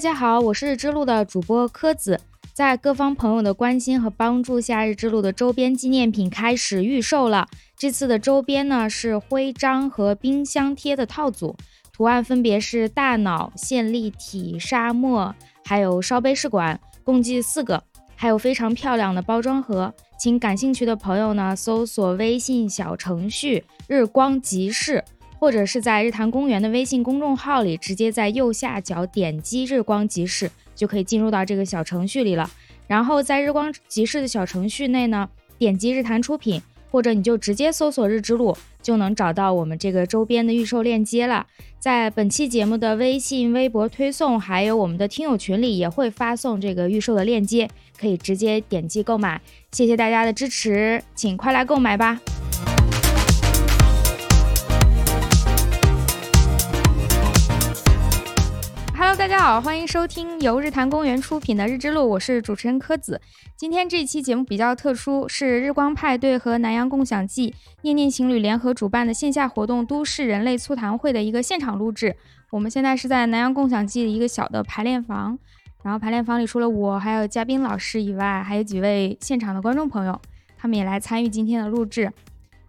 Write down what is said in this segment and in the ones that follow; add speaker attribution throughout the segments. Speaker 1: 家好，我是日之路的主播柯子。在各方朋友的关心和帮助下，日之路的周边纪念品开始预售了。这次的周边呢是徽章和冰箱贴的套组，图案分别是大脑、线粒体、沙漠，还有烧杯试管，共计四个，还有非常漂亮的包装盒。请感兴趣的朋友呢搜索微信小程序“日光集市”。或者是在日坛公园的微信公众号里，直接在右下角点击“日光集市”，就可以进入到这个小程序里了。然后在“日光集市”的小程序内呢，点击“日坛出品”，或者你就直接搜索“日之路”，就能找到我们这个周边的预售链接了。在本期节目的微信、微博推送，还有我们的听友群里也会发送这个预售的链接，可以直接点击购买。谢谢大家的支持，请快来购买吧！Hello，大家好，欢迎收听由日坛公园出品的《日之路》，我是主持人柯子。今天这一期节目比较特殊，是日光派对和南洋共享季念念情侣联合主办的线下活动——都市人类促谈会的一个现场录制。我们现在是在南洋共享季的一个小的排练房，然后排练房里除了我还有嘉宾老师以外，还有几位现场的观众朋友，他们也来参与今天的录制。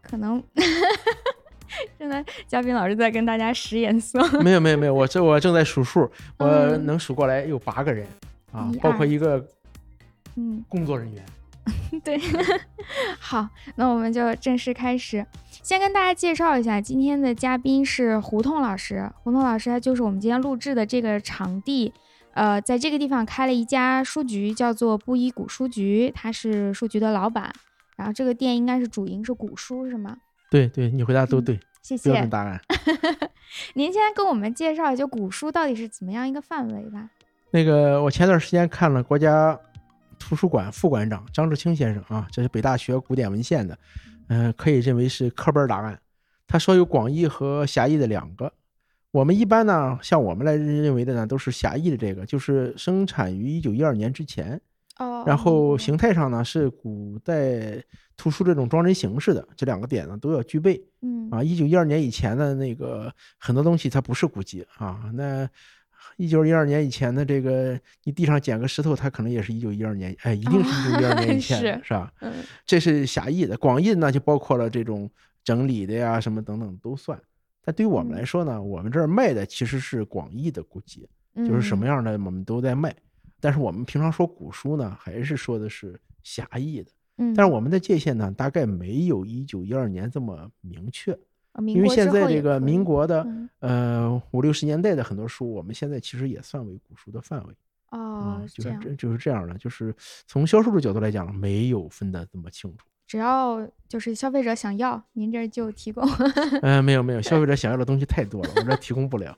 Speaker 1: 可能 现在嘉宾老师在跟大家使眼色。
Speaker 2: 没有没有没有，我这我正在数数，我
Speaker 1: 嗯
Speaker 2: 能数过来有八个人啊
Speaker 1: 一，
Speaker 2: 包
Speaker 1: 二
Speaker 2: 括一个
Speaker 1: 嗯，
Speaker 2: 工作人员。
Speaker 1: 对，好，那我们就正式开始。先跟大家介绍一下，今天的嘉宾是胡同老师。胡同老师他就是我们今天录制的这个场地，呃，在这个地方开了一家书局，叫做布依古书局，他是书局的老板。然后这个店应该是主营是古书，是吗？
Speaker 2: 对对，你回答都
Speaker 1: 嗯
Speaker 2: 对，
Speaker 1: 谢
Speaker 2: 标准
Speaker 1: 谢。
Speaker 2: 答案。
Speaker 1: 您先跟我们介绍一下古书到底是怎么样一个范围吧？
Speaker 2: 那个我前段时间看了国家图书馆副馆长张志清先生啊，这是北大学古典文献的，嗯、可以认为是课本答案。他说有广义和狭义的两个。我们一般呢，像我们来认为的呢，都是狭义的这个，就是生产于一九一二年之前，
Speaker 1: 哦，
Speaker 2: 然后形态上呢是古代图书这种装帧形式的，这两个点呢都要具备
Speaker 1: 嗯，
Speaker 2: 啊。一九一二年以前的那个很多东西它不是古籍啊，那一九一二年以前的这个你地上捡个石头，它可能也是一九一二年，哎，一定是一九一二年以前的
Speaker 1: 是
Speaker 2: 是吧？
Speaker 1: 嗯
Speaker 2: 这是狭义的，广义呢就包括了这种整理的呀什么等等都算。但对于我们
Speaker 1: 嗯
Speaker 2: 来说呢，我们这儿卖的其实是广义的古籍，
Speaker 1: 嗯
Speaker 2: 就是什么样的我们都在卖。但是我们平常说古书呢，还是说的是狭义的。
Speaker 1: 嗯？嗯，
Speaker 2: 但是我们的界限呢，大概没有一九一二年这么明确，
Speaker 1: 呃民
Speaker 2: 因为
Speaker 1: 国
Speaker 2: 现
Speaker 1: 之
Speaker 2: 在
Speaker 1: 后也
Speaker 2: 这个
Speaker 1: 可
Speaker 2: 民
Speaker 1: 以
Speaker 2: 国的
Speaker 1: 嗯
Speaker 2: 呃五六十年代的很多书，我们现在其实也算为古书的范围啊、
Speaker 1: 哦，是
Speaker 2: 就
Speaker 1: 这
Speaker 2: 是
Speaker 1: 样。
Speaker 2: 这就是这样的，就是从销售的角度来讲，没有分得这么清 楚。
Speaker 1: 只要就是消费者想要，您这儿就提供。。
Speaker 2: 嗯、没有没有，消费者想要的东西太多了，我这提供不了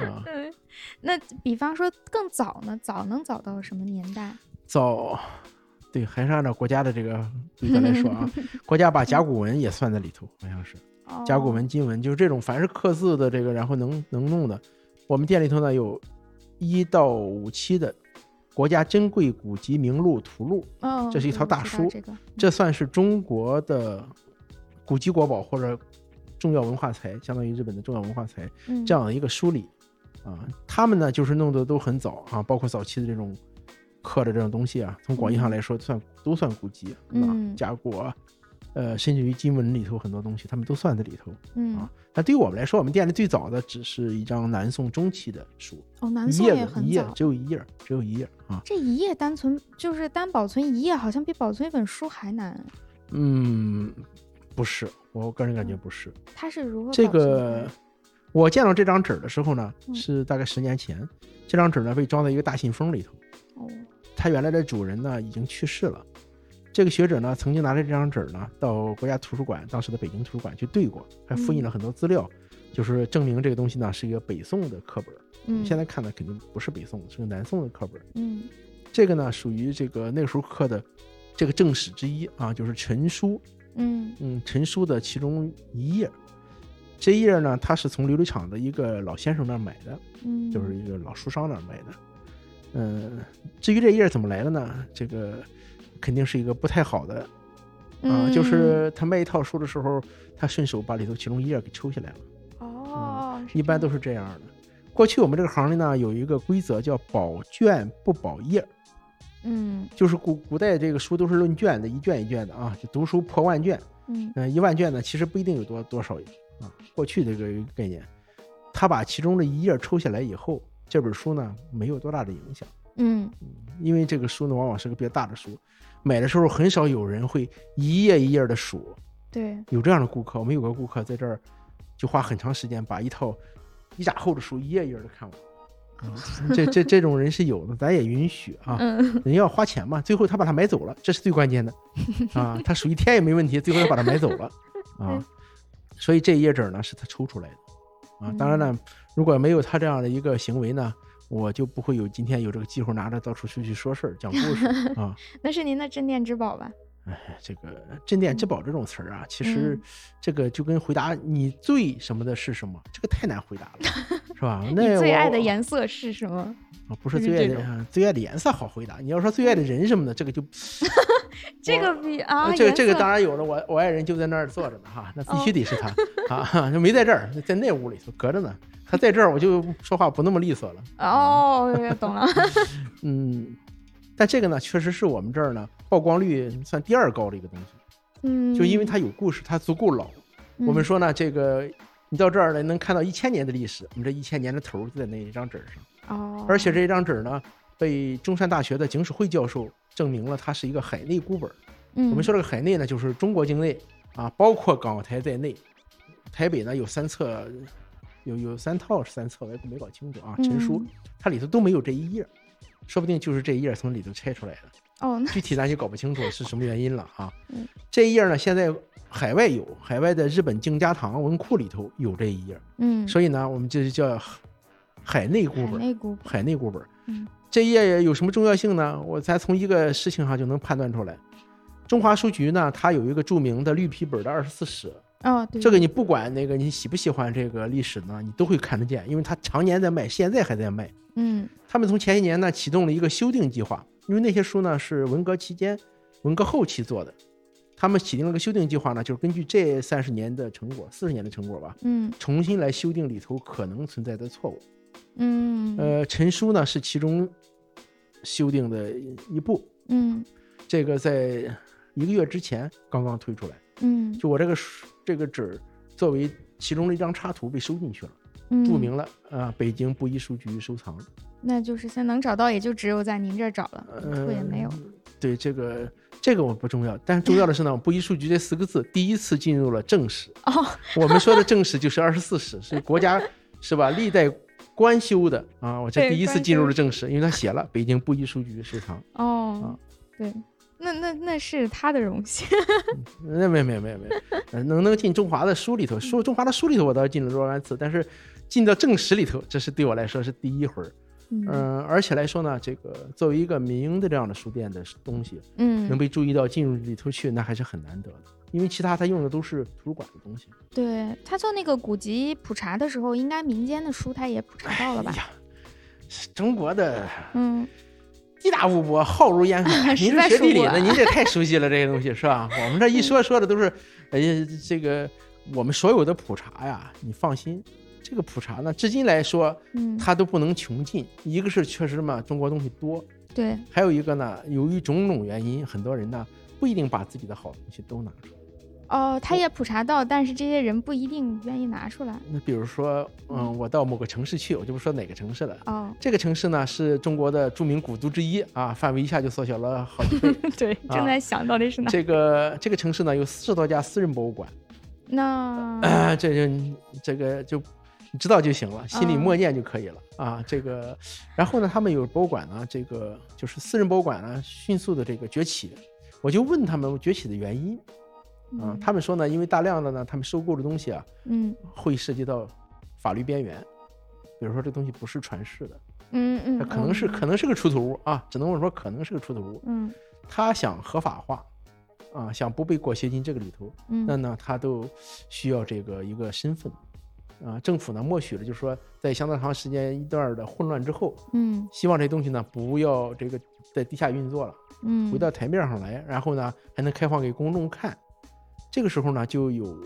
Speaker 2: 啊
Speaker 1: 那比方说更早呢，早能早到什么年代？
Speaker 2: 早，对，还是按照国家的这个规则来说啊，国家把甲骨文也算在里头，好像是。
Speaker 1: 哦、
Speaker 2: 甲骨文、金文，就是这种凡是刻字的这个，然后能能弄的，我们店里头呢有一到五期的《国家珍贵古籍名录图录》，
Speaker 1: 哦，
Speaker 2: 这是一
Speaker 1: 对
Speaker 2: 套
Speaker 1: 我
Speaker 2: 大
Speaker 1: 知道
Speaker 2: 书
Speaker 1: 这个
Speaker 2: 这算是中国的古籍国宝或者重要文化财，相当于日本的重要文化财
Speaker 1: 嗯
Speaker 2: 这样的一个梳理啊。他们呢就是弄得都很早啊，包括早期的这种刻的这种东西啊，从广义上来说算都算古籍啊
Speaker 1: 嗯，
Speaker 2: 甲骨啊，呃，甚至于金文里头很多东西，他们都算在里头。
Speaker 1: 嗯
Speaker 2: 啊，那对于我们来说，我们店里最早的只是一张南宋中期的书，
Speaker 1: 哦，南
Speaker 2: 一
Speaker 1: 宋
Speaker 2: 页
Speaker 1: 也
Speaker 2: 的，一
Speaker 1: 很
Speaker 2: 页
Speaker 1: 早。
Speaker 2: 只有一页，只有一页啊。
Speaker 1: 这一页单存就是单保存一页，好像比保存一本书还难。
Speaker 2: 嗯，不是，我个人感觉不是
Speaker 1: 它是如何
Speaker 2: 这
Speaker 1: 保存
Speaker 2: 个
Speaker 1: 的。
Speaker 2: 我见到这张纸的时候呢，
Speaker 1: 嗯
Speaker 2: 是大概十年前，这张纸呢被装在一个大信封里头，
Speaker 1: 哦，
Speaker 2: 它原来的主人呢已经去世了。这个学者呢，曾经拿着这张纸呢，到国家图书馆，当时的北京图书馆去对过，还复印了很多资料，就是证明这个东西呢是一个北宋的课本。
Speaker 1: 嗯，
Speaker 2: 现在看呢，肯定不是北宋，是个南宋的课本。
Speaker 1: 嗯
Speaker 2: 这个呢，属于这个那个时候刻的这个正史之一啊，就是陈书，
Speaker 1: 嗯
Speaker 2: 嗯，陈书的其中一页。这一页呢，他是从琉璃厂的一个老先生那儿买的，
Speaker 1: 嗯，
Speaker 2: 就是一个老书商那儿买的。嗯，至于这一页怎么来的呢？这个肯定是一个不太好的啊，
Speaker 1: 嗯
Speaker 2: 就是他卖一套书的时候，他顺手把里头其中一页给抽下来了。
Speaker 1: 哦，
Speaker 2: 一般都
Speaker 1: 是
Speaker 2: 是这样的。过去我们这个行里呢，有一个规则叫保卷不保页，
Speaker 1: 嗯
Speaker 2: 就是古古代这个书都是论卷的，一卷一卷的啊，就读书破万卷。
Speaker 1: 嗯
Speaker 2: 嗯、一万卷呢，其实不一定有多多少页啊。过去这个概念，他把其中的一页抽下来以后，这本书呢没有多大的影响，
Speaker 1: 嗯
Speaker 2: 因为这个书呢往往是个比较大的书，买的时候很少有人会一页一页的数。
Speaker 1: 对，
Speaker 2: 有这样的顾客，我们有个顾客在这儿就花很长时间把一套一拃厚的书一页一页的看完。啊，这这这种人是有的，咱也允许啊。
Speaker 1: 嗯
Speaker 2: 人要花钱嘛，最后他把它买走了，这是最关键的啊。他数一天也没问题，最后他把它买走了啊。所以这一页纸呢是他抽出来的啊。当然了，如果没有他这样的一个行为呢，我就不会有今天有这个机会拿着到处出去说事儿、讲故事啊。
Speaker 1: 那是您的镇店之宝吧？
Speaker 2: 哎，这个镇店
Speaker 1: 嗯
Speaker 2: 之宝这种词儿啊，其实这个就跟回答你最什么的是什么，这个太难回答了，是吧？
Speaker 1: 你
Speaker 2: 那
Speaker 1: 最
Speaker 2: 我
Speaker 1: 爱的颜色是什么？
Speaker 2: 啊不是
Speaker 1: 就是
Speaker 2: 最爱
Speaker 1: 这
Speaker 2: 的
Speaker 1: 种
Speaker 2: 啊最爱的颜色好回答，你要说最爱的人什么的，这个就
Speaker 1: 这个比啊，
Speaker 2: 呃这个
Speaker 1: 颜
Speaker 2: 这个
Speaker 1: 色哦
Speaker 2: 当然有了，我我爱人就在那儿坐着呢哈，那必须得是他、啊， 就没在这儿，在那屋里头隔着呢。他在这儿我就说话不那么利索了，
Speaker 1: 哦，懂 了，
Speaker 2: 嗯，但这个呢，确实是我们这儿呢曝光率算第二高的一个东西，
Speaker 1: 嗯，
Speaker 2: 就因为它有故事，它足够老。
Speaker 1: 嗯
Speaker 2: 我们说呢，这个你到这儿来能看到一千年的历史，我们这一千年的头儿就在那一张纸上，
Speaker 1: 哦，
Speaker 2: 而且这一张纸呢，被中山大学的警史会教授证明了它是一个海内孤本儿。
Speaker 1: 我
Speaker 2: 我们说这个海内呢，就是中国境内啊，包括港台在内，台北呢有三册，有有三套是三册，我也没搞清楚啊。陈书
Speaker 1: 嗯
Speaker 2: 它里头都没有这一页，说不定就是这一页从里头拆出来的，
Speaker 1: 哦，那
Speaker 2: 具体咱就搞不清楚是什么原因了啊
Speaker 1: 嗯。
Speaker 2: 这一页呢，现在海外有，海外的日本静家堂文库里头有这一页，
Speaker 1: 嗯，
Speaker 2: 所以呢，我们这就叫海内孤
Speaker 1: 海
Speaker 2: 本。
Speaker 1: 内古
Speaker 2: 海内孤本。
Speaker 1: 嗯，
Speaker 2: 这一页有什么重要性呢？我咱从一个事情上就能判断出来。中华书局呢，它有一个著名的绿皮本的二十四史，
Speaker 1: 哦，对，
Speaker 2: 这个你不管那个你喜不喜欢这个历史呢，你都会看得见，因为它常年在卖，现在还在卖。
Speaker 1: 嗯
Speaker 2: 他们从前些年呢启动了一个修订计划，因为那些书呢是文革期间、文革后期做的，他们启动了个修订计划呢，就是根据这三十年的成果、四十年的成果吧，
Speaker 1: 嗯
Speaker 2: 重新来修订里头可能存在的错误。
Speaker 1: 嗯
Speaker 2: 呃，陈书呢是其中修订的一部，
Speaker 1: 嗯
Speaker 2: 这个在一个月之前刚刚推出来。
Speaker 1: 嗯
Speaker 2: 就我这个书这个纸作为其中的一张插图被收进去了，
Speaker 1: 嗯，
Speaker 2: 注明了啊、呃北京布衣书局收藏。
Speaker 1: 那就是现在能找到，也就只有在您这儿找了，
Speaker 2: 呃，
Speaker 1: 也没有。
Speaker 2: 对这个这个我不重要，但是重要的是呢，布衣书局这四个字第一次进入了正史。
Speaker 1: 哦，
Speaker 2: 我们说的正史就是二十四史，是国家是吧？历代官修的啊，我这
Speaker 1: 对
Speaker 2: 第一次
Speaker 1: 官
Speaker 2: 进入
Speaker 1: 修
Speaker 2: 了正史，因为他写了北京布衣书局收藏。啊
Speaker 1: 哦，对，那那那是他的荣幸，
Speaker 2: 那没没没没，呃能能进中华的书里头，说中华的书里头我倒进了若干次，但是进到正史里头，这是对我来说是第一回儿。
Speaker 1: 嗯
Speaker 2: 嗯、而且来说呢，这个作为一个民营的这样的书店的东西，能
Speaker 1: 嗯，
Speaker 2: 被注意到进入里头去，那还是很难得的。因为其他他用的都是图书馆的东西。
Speaker 1: 对他做那个古籍普查的时候，应该民间的书他也普查到了
Speaker 2: 哎
Speaker 1: 吧？
Speaker 2: 呀，中国的
Speaker 1: 嗯
Speaker 2: 地大物博，浩如 烟海。
Speaker 1: 实
Speaker 2: 您
Speaker 1: 在
Speaker 2: 是学
Speaker 1: 数不
Speaker 2: 地理的，
Speaker 1: 完
Speaker 2: 您这太熟悉了这些东西是吧？我们这一说说的都是，哎呀，这个我们所有的普查呀，你放心，这个普查呢，至今来说
Speaker 1: 嗯，
Speaker 2: 它都不能穷尽。一个是确实嘛，中国东西多，
Speaker 1: 对，
Speaker 2: 还有一个呢，由于种种原因，很多人呢不一定把自己的好东西都拿出来。
Speaker 1: 哦，他也普查到，但是这些人不一定愿意拿出来。
Speaker 2: 那比如说，嗯，我到某个城市去，我就不说哪个城市了。
Speaker 1: 哦，
Speaker 2: 这个城市呢是中国的著名古都之一啊，范围一下就缩小了好几 倍。
Speaker 1: 对，正在想到底是哪？
Speaker 2: 啊这个这个城市呢有四十多家私人博物馆，啊
Speaker 1: 那
Speaker 2: 这就这个就你知道就行了，心里
Speaker 1: 嗯
Speaker 2: 默念就可以了、啊。这个，然后呢，他们有博物馆呢，这个就是私人博物馆呢，迅速的这个崛起。我就问他们崛起的原因啊，他们说呢，因为大量的呢，他们收购的东西啊，
Speaker 1: 嗯
Speaker 2: 会涉及到法律边缘，比如说这东西不是传世的，
Speaker 1: 嗯嗯，
Speaker 2: 它可能是
Speaker 1: 我明白
Speaker 2: 可能是个出土物啊，只能我说可能是个出土物，
Speaker 1: 嗯
Speaker 2: 他想合法化啊，想不被裹挟进这个里头，
Speaker 1: 嗯
Speaker 2: 那呢，他都需要这个一个身份啊。政府呢默许了，就是说在相当长时间一段的混乱之后，
Speaker 1: 嗯
Speaker 2: 希望这东西呢不要这个在地下运作了，
Speaker 1: 嗯，
Speaker 2: 回到台面上来，然后呢还能开放给公众看。这个时候呢，就有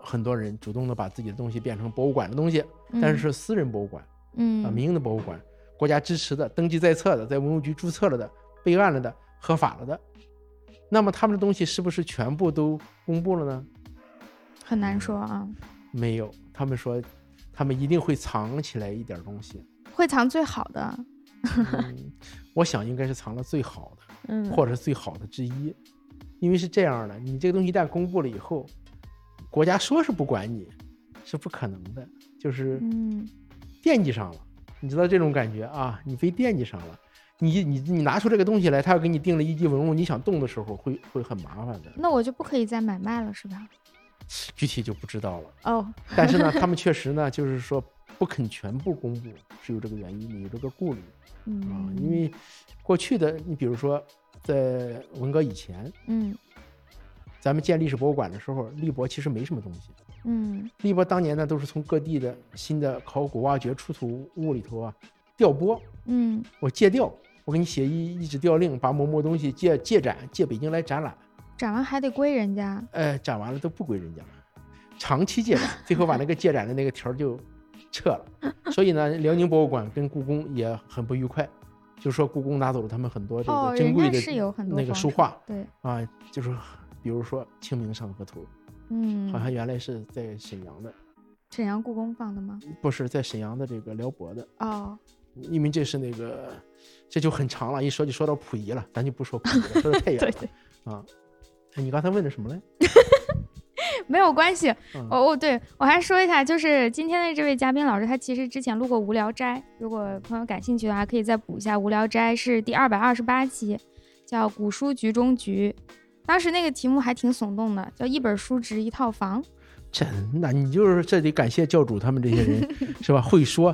Speaker 2: 很多人主动的把自己的东西变成博物馆的东西，但是
Speaker 1: 嗯
Speaker 2: 是私人博物馆，啊，
Speaker 1: 嗯
Speaker 2: 民营的博物馆，国家支持的、登记在册的、在文物局注册了的、备案了的、合法了的，那么他们的东西是不是全部都公布了呢？
Speaker 1: 很难说
Speaker 2: 嗯
Speaker 1: 啊，
Speaker 2: 没有，他们说，他们一定会藏起来一点 东西。
Speaker 1: 会藏最好的，
Speaker 2: 嗯我想应该是藏了最好的。
Speaker 1: 嗯，
Speaker 2: 或者是最好的之一，因为是这样的，你这个东西一旦公布了以后，国家说是不管你，是不可能的，就是
Speaker 1: 嗯
Speaker 2: 惦记上了，你知道这种感觉啊，你被惦记上了，你你你拿出这个东西来，他要给你定了一级文物，你想动的时候会会很麻烦的，
Speaker 1: 那我就不可以再买卖了，是吧？
Speaker 2: 具体就不知道了。
Speaker 1: 哦，
Speaker 2: 但是呢，他们确实呢，就是说不肯全部公布，是有这个原因的，有这个顾虑啊，
Speaker 1: 嗯，
Speaker 2: 因为过去的你比如说在文革以前。
Speaker 1: 嗯
Speaker 2: 咱们建历史博物馆的时候，立博其实没什么东西。
Speaker 1: 嗯
Speaker 2: 立博当年呢，都是从各地的新的考古挖掘出土物里头啊调拨，
Speaker 1: 嗯
Speaker 2: 我借调，我给你写一一纸调令，把某某东西借借展，借北京来展览，
Speaker 1: 展完还得归人家，
Speaker 2: 呃，展完了都不归人家了，长期借展，最后把那个借展的那个条儿就撤了。所以呢，辽宁博物馆跟故宫也很不愉快，就说故宫拿走了他们很多这
Speaker 1: 哦
Speaker 2: 个
Speaker 1: 人
Speaker 2: 珍
Speaker 1: 家
Speaker 2: 贵的
Speaker 1: 是有很多
Speaker 2: 那个
Speaker 1: 皇
Speaker 2: 书
Speaker 1: 室
Speaker 2: 画
Speaker 1: 对，
Speaker 2: 啊，就是比如说《清明上河图》。
Speaker 1: 嗯
Speaker 2: 好，像原来是在沈阳的，
Speaker 1: 沈阳故宫放的吗？
Speaker 2: 不是在沈阳的这个辽博的，
Speaker 1: 哦，
Speaker 2: 因为这是那个，这就很长了，一说就说到溥仪了，咱就不说溥仪 了，说的太远了
Speaker 1: 对，
Speaker 2: 啊。哎你刚才问的什么来？
Speaker 1: 没有关系。
Speaker 2: 嗯
Speaker 1: 哦哦，对我还说一下，就是今天的这位嘉宾老师，他其实之前录过《无聊斋》，如果朋友感兴趣的话，可以再补一下，《无聊斋》是第二百二十八期，叫《古书局中局》。当时那个题目还挺耸动的，叫“一本书值一套房
Speaker 2: 真的，你就是这得感谢教主他们这些人，是吧？会说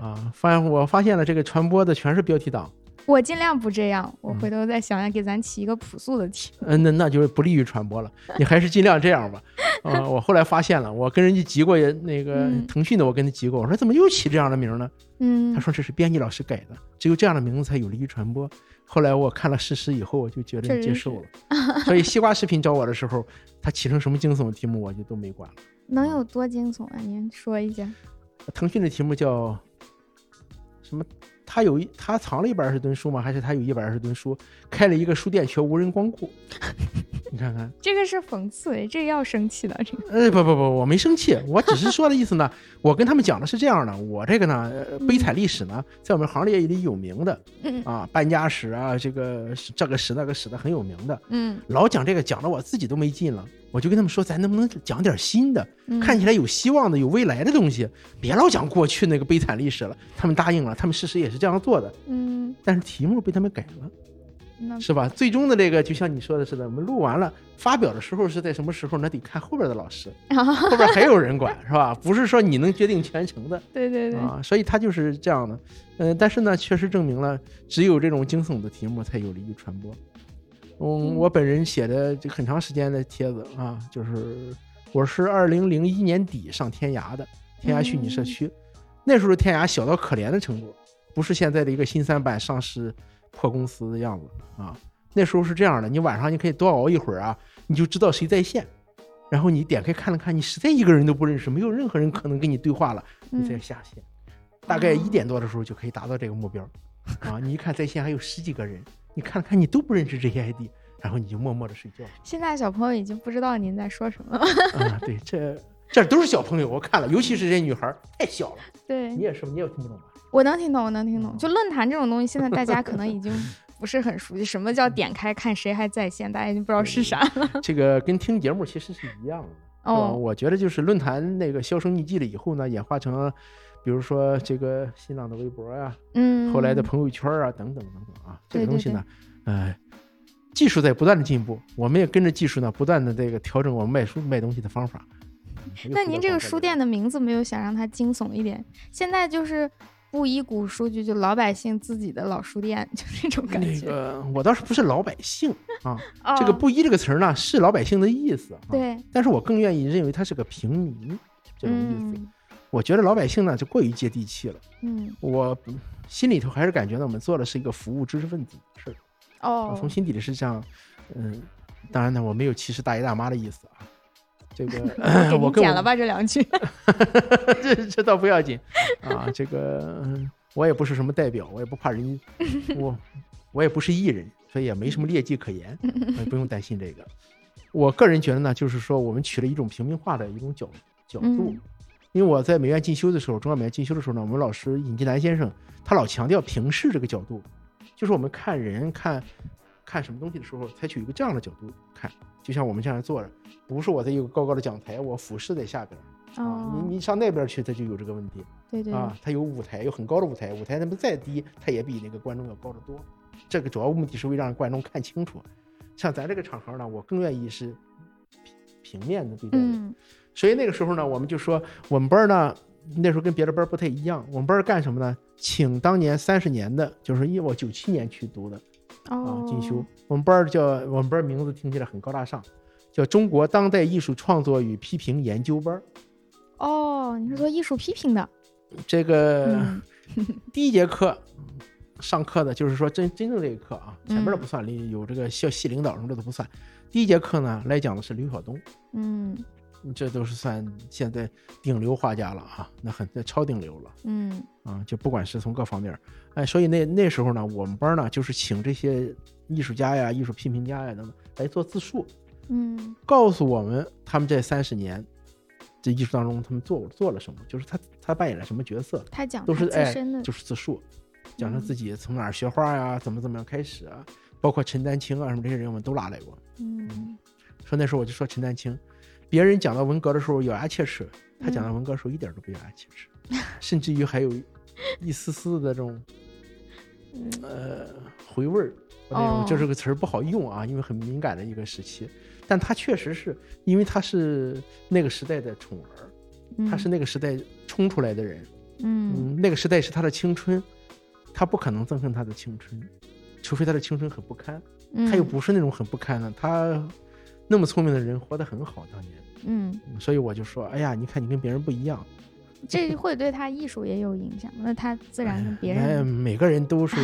Speaker 2: 啊，发现我发现了这个传播的全是标题党，”。
Speaker 1: 我尽量不这样，我回头再想想，给咱起一个朴素的题。
Speaker 2: 嗯，那那就是不利于传播了。你还是尽量这样吧。啊、我后来发现了，我跟人家急过那个
Speaker 1: 嗯
Speaker 2: 腾讯的，我跟他急过，我说怎么又起这样的名儿呢？他
Speaker 1: 嗯，
Speaker 2: 说这是编辑老师改的，只有这样的名字才有利于传播。后来我看了事实以后，我就决定
Speaker 1: 确
Speaker 2: 接
Speaker 1: 实
Speaker 2: 受了。所以西瓜视频找我的时候，他起成什么惊悚的题目我就都没管了。
Speaker 1: 能有多惊悚啊？您说一下。
Speaker 2: 腾讯的题目叫什么？他有一他藏了一百二十吨书吗？还是他有一百二十吨书？开了一个书店却无人光顾。 你看看，
Speaker 1: 这个是讽刺，这个要生气的。这个，
Speaker 2: 呃，不不不，我没生气，我只是说的意思呢。我跟他们讲的是这样的，我这个呢，呃悲惨历史呢，在我们行业里有名的，
Speaker 1: 嗯
Speaker 2: 啊，搬家史啊，这个是这个史那个史的很有名的，
Speaker 1: 嗯
Speaker 2: 老讲这个讲的我自己都没劲了。我就跟他们说，咱能不能讲点新的，
Speaker 1: 嗯，
Speaker 2: 看起来有希望的、有未来的东西，别老讲过去那个悲惨历史了。他们答应了，他们事实也是这样做的，
Speaker 1: 嗯，
Speaker 2: 但是题目被他们改了，
Speaker 1: 那
Speaker 2: 是吧？最终的这个就像你说的似的，我们录完了，发表的时候是在什么时候？那得看后边的老师， 后边还有人管，是吧？不是说你能决定全程的。
Speaker 1: 对对对，
Speaker 2: 啊，所以它就是这样的。嗯、但是呢，确实证明了只有这种惊悚的题目才有利于传播。嗯，我本人写的这很长时间的帖子啊，就是我是二零零一年底上天涯的天涯虚拟社
Speaker 1: 嗯
Speaker 2: 区，那时候的天涯小到可怜的程度，不是现在的一个新三板上市破公司的样子啊。那时候是这样的，你晚上你可以多熬一会儿啊，你就知道谁在线。然后你点开看了看，你实在一个人都不认识，没有任何人可能跟你对话了，你再
Speaker 1: 嗯，
Speaker 2: 下线。大概
Speaker 1: 哦
Speaker 2: 一点多的时候就可以达到这个目标。啊，你一看在线还有十几个人，你看了看你都不认识这些 ID，然后你就默默的睡觉。
Speaker 1: 现在小朋友已经不知道您在说什么了。
Speaker 2: 啊，对，这这都是小朋友，我看了，尤其是这些女孩儿太小了，
Speaker 1: 对
Speaker 2: 你，也是吗，你也听不懂吧？
Speaker 1: 我能听懂，我能听懂。
Speaker 2: 嗯
Speaker 1: 就论坛这种东西，现在大家可 能已经不是很熟悉，什么
Speaker 2: 嗯
Speaker 1: 叫点开看谁还在线，大家已经不知道哦是啥 了。
Speaker 2: 这个跟听节目其实是一样的。是吧
Speaker 1: 哦，
Speaker 2: 啊我觉得就是论坛那个销声匿迹了以后呢，演化成，比如说这个新浪的微博呀、
Speaker 1: 嗯，
Speaker 2: 后来的朋友圈啊，等等等等啊，这
Speaker 1: 对
Speaker 2: 个
Speaker 1: 对
Speaker 2: 东西呢，呃，技术在不断的进步，我们也跟着技术呢，不断的这个调整我们卖书卖东西的方法。嗯
Speaker 1: 那您这个书店，的名字没有想让它惊悚一点？现在就是布衣古书局，就老百姓自己的老书店， 就这种
Speaker 2: 又
Speaker 1: 感
Speaker 2: 回到那
Speaker 1: 觉。
Speaker 2: 个我倒是不是老百姓啊，
Speaker 1: 哦
Speaker 2: 这个“布衣”这个词儿呢是老百姓的意思啊，，
Speaker 1: 对，
Speaker 2: 但是我更愿意认为它是个平民这种意思。
Speaker 1: 嗯
Speaker 2: 我觉得老百姓呢就过于接地气了，
Speaker 1: 嗯
Speaker 2: 我嗯心里头还是感觉呢，我们做的是一个服务知识分子的事儿。我
Speaker 1: 哦
Speaker 2: 从，心底里是这样，嗯，当然呢，我没有歧视大爷大妈的意思啊，这个
Speaker 1: 给
Speaker 2: 我
Speaker 1: 你剪
Speaker 2: 跟我啊
Speaker 1: 了吧这两句。
Speaker 2: 这这倒不要紧啊，这个嗯我也不是什么代表，我也不怕人，我我也不是艺人，所以也没什么劣迹可言，我也不用担心这个。我个人觉得呢，就是说我们取了一种平民化的一种角角度，
Speaker 1: 嗯
Speaker 2: 因为我在美院进修的时候，中央美院进修的时候呢，我们老师尹继南先生他老强调平视这个角度，就是我们看人看看什么东西的时候，采取一个这样的角度看，就像我们这样坐着，不是我在一个高高的讲台，我俯视在下边。啊，
Speaker 1: 哦
Speaker 2: 你，你上那边去，它就有这个问题
Speaker 1: 对对，
Speaker 2: 啊。它有舞台，有很高的舞台，舞台那么再低，它也比那个观众要高得多。这个主要目的是为让观众看清楚。像咱这个场合呢，我更愿意是平平面的对待人。
Speaker 1: 嗯
Speaker 2: 所以那个时候呢，我们就说我们班儿呢，那时候跟别的班儿不太一样，我们班儿干什么呢？请当年三十年的，就是因为我九七年去读的啊
Speaker 1: 哦，，
Speaker 2: 进修。我们班儿叫我们班儿名字听起来很高大上，叫中国当代艺术创作与批评研究班儿。
Speaker 1: 哦，你是做艺术批评的？
Speaker 2: 这个、
Speaker 1: 嗯
Speaker 2: 第一节课上课的，就是说真真正这一课啊，前面的
Speaker 1: 嗯
Speaker 2: 不算，里有这个校系领导什么的都不算。第一节课呢，来讲的是刘晓东，
Speaker 1: 嗯
Speaker 2: 这都是算现在顶流画家了啊，那很那超顶流了
Speaker 1: 嗯
Speaker 2: 啊，就不管是从各方面儿，哎，所以那那时候呢，我们班呢就是请这些艺术家呀、艺术批评家呀等等来做自述，
Speaker 1: 嗯
Speaker 2: 告诉我们他们这三十年这艺术当中他们做做了什么，就是他他扮演了什么角色，
Speaker 1: 他讲
Speaker 2: 都
Speaker 1: 他
Speaker 2: 是
Speaker 1: 自
Speaker 2: 哎
Speaker 1: 身的，嗯
Speaker 2: 就是自述，讲他自己从哪儿学画呀、怎么怎么样开始啊，包括陈丹青啊什么这些人，我们都拉来过。
Speaker 1: 嗯
Speaker 2: 说那时候我就说陈丹青，别人讲到文革的时候咬牙切齿，他讲到
Speaker 1: 嗯
Speaker 2: 文革的时候一点都不咬牙切齿，甚至于还有一丝丝的这种
Speaker 1: 嗯
Speaker 2: 呃回味儿。那
Speaker 1: 哦
Speaker 2: 种就这个词儿不好用啊，因为很敏感的一个时期，但他确实是因为他是那个时代的宠儿，
Speaker 1: 嗯，
Speaker 2: 他是那个时代冲出来的人，
Speaker 1: 嗯
Speaker 2: 嗯，那个时代是他的青春，他不可能憎恨他的青春，除非他的青春很不堪。
Speaker 1: 嗯，
Speaker 2: 他又不是那种很不堪的，他那么聪明的人活得很好，当年。
Speaker 1: 嗯，
Speaker 2: 嗯所以我就说，哎呀，你看你跟别人不一样，
Speaker 1: 这会对他艺术也有影响，那他自然跟别
Speaker 2: 哎，
Speaker 1: 人
Speaker 2: 每个人 都是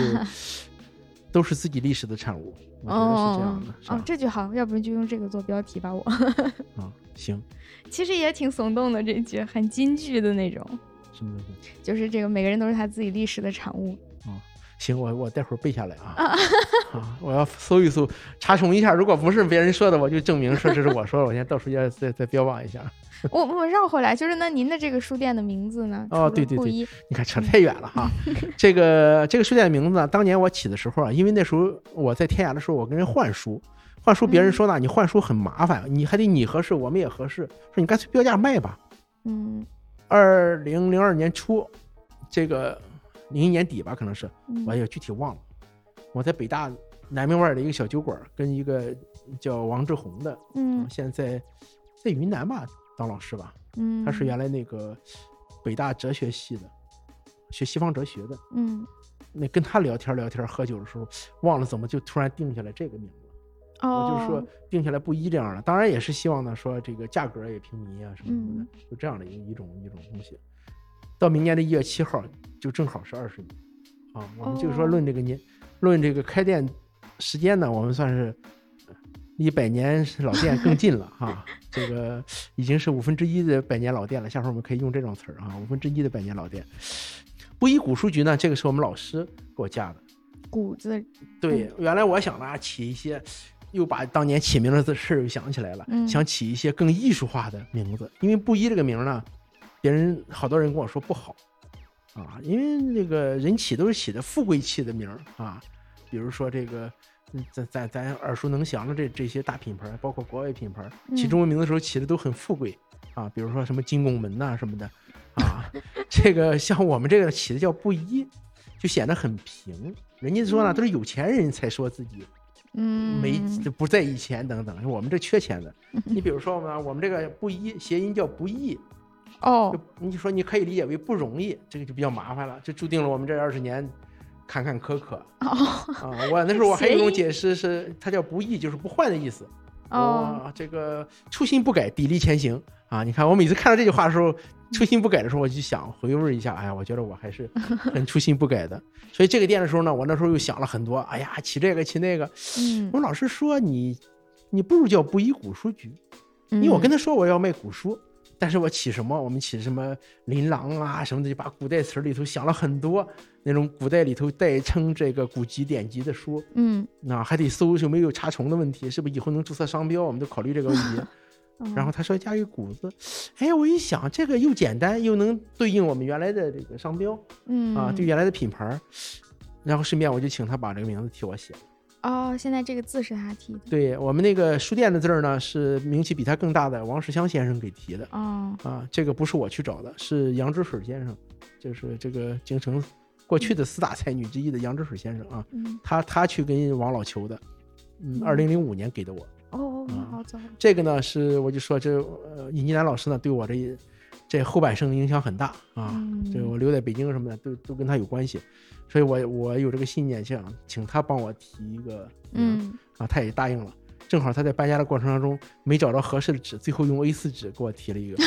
Speaker 2: 都是自己历史的产物，我觉得是这样的，是吧
Speaker 1: 哦，这句好，要不然就用这个做标题吧。我
Speaker 2: 啊，行，
Speaker 1: 其实也挺耸动的这句，很金句的那种，
Speaker 2: 什么东西
Speaker 1: 就是这个每个人都是他自己历史的产物。
Speaker 2: 啊？行，我我待会儿背下来啊啊！我要搜一搜，查重一下，如果不是别人说的，我就证明说这是我说的，我先到时候要再再标榜一下。
Speaker 1: 我我绕回来，就是那您的这个书店的名字呢？
Speaker 2: 哦
Speaker 1: 除
Speaker 2: 对
Speaker 1: 了
Speaker 2: 对
Speaker 1: 布
Speaker 2: 对
Speaker 1: 衣，
Speaker 2: 你看扯太远了哈。这个这个书店的名字呢，当年我起的时候啊，因为那时候我在天涯的时候，我跟人换书，换书别
Speaker 1: 嗯
Speaker 2: 人说呢，你换书很麻烦，你还得你合适，我们也合适，说你干脆标价卖吧。
Speaker 1: 嗯，
Speaker 2: 二零零二年初，这个零一年底吧，可能是
Speaker 1: 嗯
Speaker 2: 我也具体忘了。我在北大南门外的一个小酒馆，跟一个叫王志红的，
Speaker 1: 嗯
Speaker 2: 现在在云南吧当老师吧，
Speaker 1: 嗯，
Speaker 2: 他是原来那个北大哲学系的，学西方哲学的。
Speaker 1: 嗯
Speaker 2: 那跟他聊天聊天喝酒的时候，忘了怎么就突然定下来这个名字了。
Speaker 1: 哦，
Speaker 2: 我就说定下来不一这样了，当然也是希望呢说这个价格也平民啊什么什么的，
Speaker 1: 嗯
Speaker 2: 就这样的一一种一种东西。到明年的一月七号就正好是二十年啊，我们就是说
Speaker 1: 哦
Speaker 2: 论这个年，论这个开店时间呢，我们算是离百年老店更近了哈、 这个已经是五分之一的百年老店了，下回我们可以用这种词儿啊，五分之一的百年老店。布衣古书局呢，这个是我们老师给我加的。
Speaker 1: 谷子，
Speaker 2: 对，原来我想呢起一些，又把当年起名字的事儿又想起来了，
Speaker 1: 嗯
Speaker 2: 想起一些更艺术化的名字，因为布衣这个名儿呢，别人好多人跟我说不好啊，因为这个人起都是起的富贵气的名儿啊，比如说这个。嗯咱咱咱耳熟能详的这这些大品牌，包括国外品牌，起
Speaker 1: 嗯
Speaker 2: 中文名的时候起的都很富贵啊，比如说什么金拱门呐、什么的啊， 这个像我们这个起的叫布衣，就显得很平。人家说呢，都是有钱人才说自己
Speaker 1: 嗯，
Speaker 2: 没不在意钱等等，我们这缺钱的。你比如说呢，我们这个不易，谐音叫不易，
Speaker 1: 哦
Speaker 2: 就，你说你可以理解为不容易，这个就比较麻烦了，这注定了我们这二十年坎坎坷坷。
Speaker 1: 哦
Speaker 2: 啊，我那时候我还有一种解释是，它叫不易，就是不啊换的意思。
Speaker 1: 哦，
Speaker 2: 我这个初心不改，砥砺前行啊！你看，我每次看到这句话的时候，初心不改的时候，我就想回味一下。哎呀，我觉得我还是很初心不改的。所以这个店的时候呢，我那时候又想了很多。哎呀，起这个起那个。
Speaker 1: 嗯
Speaker 2: 我，们老师说你，你不如叫布衣古书局，因为我跟
Speaker 1: 嗯
Speaker 2: 他说我要卖古书，但是我起什么？我们起什么琳琅啊什么的，就把古代词儿里头想了很多那种古代里头代称这个古籍典籍的书，
Speaker 1: 嗯，
Speaker 2: 那还得搜有没有查重的问题，是不是以后能注册商标？我们都考虑这个问题。
Speaker 1: 嗯
Speaker 2: 然后他说加一个谷子，哎，我一想这个又简单又能对应我们原来的这个商标
Speaker 1: 嗯
Speaker 2: 啊，对原来的品牌儿。然后顺便我就请他把这个名字替我写。
Speaker 1: 哦，现在这个字是他提的
Speaker 2: 对我们那个书店的字儿呢，是名气比他更大的王世襄先生给提的
Speaker 1: 哦，
Speaker 2: 啊。这个不是我去找的，是杨之水先生，就是这个京城过去的四大才女之一的杨之水先生啊。
Speaker 1: 嗯
Speaker 2: 他他去跟王老求的，嗯，
Speaker 1: 嗯
Speaker 2: 二零零五年给的我。
Speaker 1: 哦，
Speaker 2: 啊
Speaker 1: 好早，
Speaker 2: 这个呢是我就说这呃尹继南老师呢对我这这后半生影响很大啊，
Speaker 1: 嗯
Speaker 2: 这我留在北京什么的都都跟他有关系，所以我我有这个信念想请他帮我提一个名
Speaker 1: 嗯
Speaker 2: 啊，他也答应了。正好他在搬家的过程当中没找着合适的纸，最后用 A4 纸给我提了 一个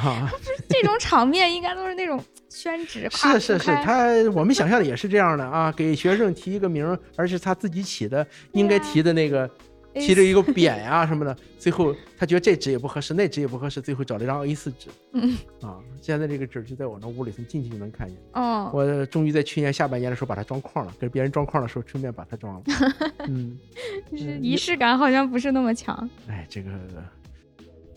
Speaker 2: 啊，
Speaker 1: 这种场面应该都是那种宣纸，
Speaker 2: 是是是，他我们想象的也是这样的啊，给学生提一个名儿，而且他自己起的应
Speaker 1: 啊
Speaker 2: 该提的那个
Speaker 1: 哎
Speaker 2: 提了一个匾呀、什么的，最后他觉得这纸也不合适，那纸也不合适，最后找了一张 A 4纸。
Speaker 1: 嗯
Speaker 2: 啊，现在这个纸就在我那屋里头，进去就能看见。
Speaker 1: 哦，
Speaker 2: 我终于在去年下半年的时候把它装框了，跟别人装框的时候顺便把 它装了。嗯，
Speaker 1: 就是仪式感好像不是那么强，
Speaker 2: 哎，这个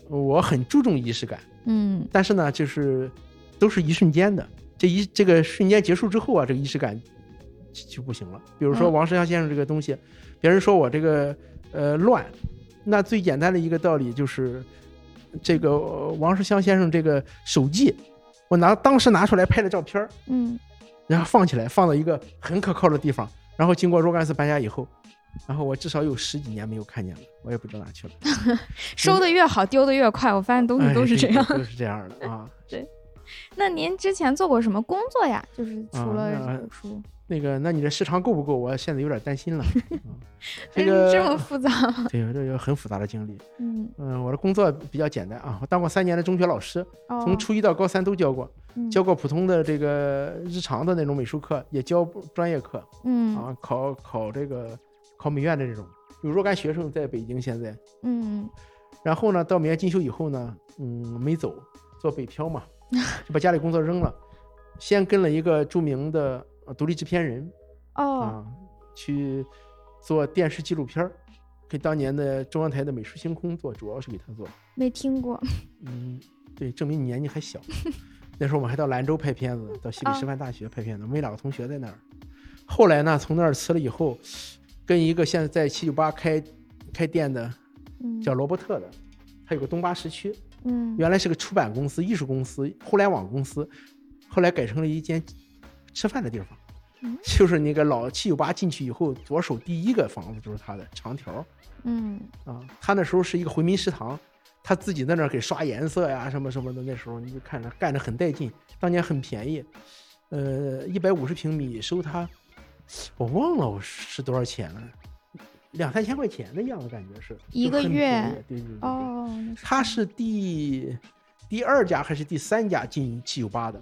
Speaker 2: 我很注重仪式感，
Speaker 1: 嗯
Speaker 2: 但是呢，就是都是一瞬间的。这一这个瞬间结束之后啊，这个仪式感就就不行了。比如说
Speaker 1: 嗯
Speaker 2: 王世襄先生这个东西，别人说我这个呃乱，那最简单的一个道理就是，这个呃王世襄先生这个手记，我拿当时拿出来拍的照片儿，
Speaker 1: 嗯
Speaker 2: 然后放起来，放到一个很可靠的地方，然后经过若干次搬家以后，然后我至少有十几年没有看见了，我也不知道哪去了。
Speaker 1: 收的越好，丢的越快。我发现东西
Speaker 2: 嗯哎
Speaker 1: 都是这
Speaker 2: 对
Speaker 1: 样。
Speaker 2: 都是这样的啊。
Speaker 1: 那您之前做过什么工作呀？就是除
Speaker 2: 啊
Speaker 1: 了
Speaker 2: 那
Speaker 1: 古书，
Speaker 2: 那个，那你这时长够不够？我现在有点担 心了。嗯这
Speaker 1: 嗯
Speaker 2: 个
Speaker 1: 这么复杂吗？
Speaker 2: 对，这有很复杂的经历。
Speaker 1: 嗯，
Speaker 2: 嗯，我的工作比较简单啊，我当过三年的中学老师，
Speaker 1: 哦，
Speaker 2: 从初一到高三都教过，
Speaker 1: 嗯
Speaker 2: 教过普通的这个日常的那种美术课，也教专业课
Speaker 1: 嗯
Speaker 2: 啊，考考这个考美院的这种，有若干学生在北京现在。
Speaker 1: 嗯
Speaker 2: 然后呢，到美院进修以后呢，嗯，没走，做北 漂嘛，就把家里工作扔了，先跟了一个著名的呃独立制片人，
Speaker 1: 哦
Speaker 2: 啊，去做电视纪录片儿，给当年的中央台的美术星空做，主要是给他做。
Speaker 1: 没听过
Speaker 2: 嗯，对，证明你年纪还小。那时候我们还到兰州拍片子，到西北
Speaker 1: 啊
Speaker 2: 师范大学拍片子，我们有两个同学在那儿。后来呢，从那儿辞了以后，跟一个现在在七九八开开店的
Speaker 1: 嗯
Speaker 2: 叫罗伯特的，他有个东八时区，
Speaker 1: 嗯
Speaker 2: 原来是个出版公司、艺术公司、互联网公司，后来改成了一间吃饭的地方
Speaker 1: 嗯，
Speaker 2: 就是那个老七九八进去以后，左手第一个房子就是他的长条儿
Speaker 1: 嗯
Speaker 2: 啊。他那时候是一个回民食堂，他自己在那儿给刷颜色呀什么什么的。那时候你就看着干着很带劲，当年很便宜，呃，一百五十平米收他，我忘了我是多少钱了。两三千块钱的样子，感觉是
Speaker 1: 一
Speaker 2: 就
Speaker 1: 个
Speaker 2: 很
Speaker 1: 月
Speaker 2: 便宜对对对对
Speaker 1: 哦，那是
Speaker 2: 他是第第二家还是第三家进七九八的？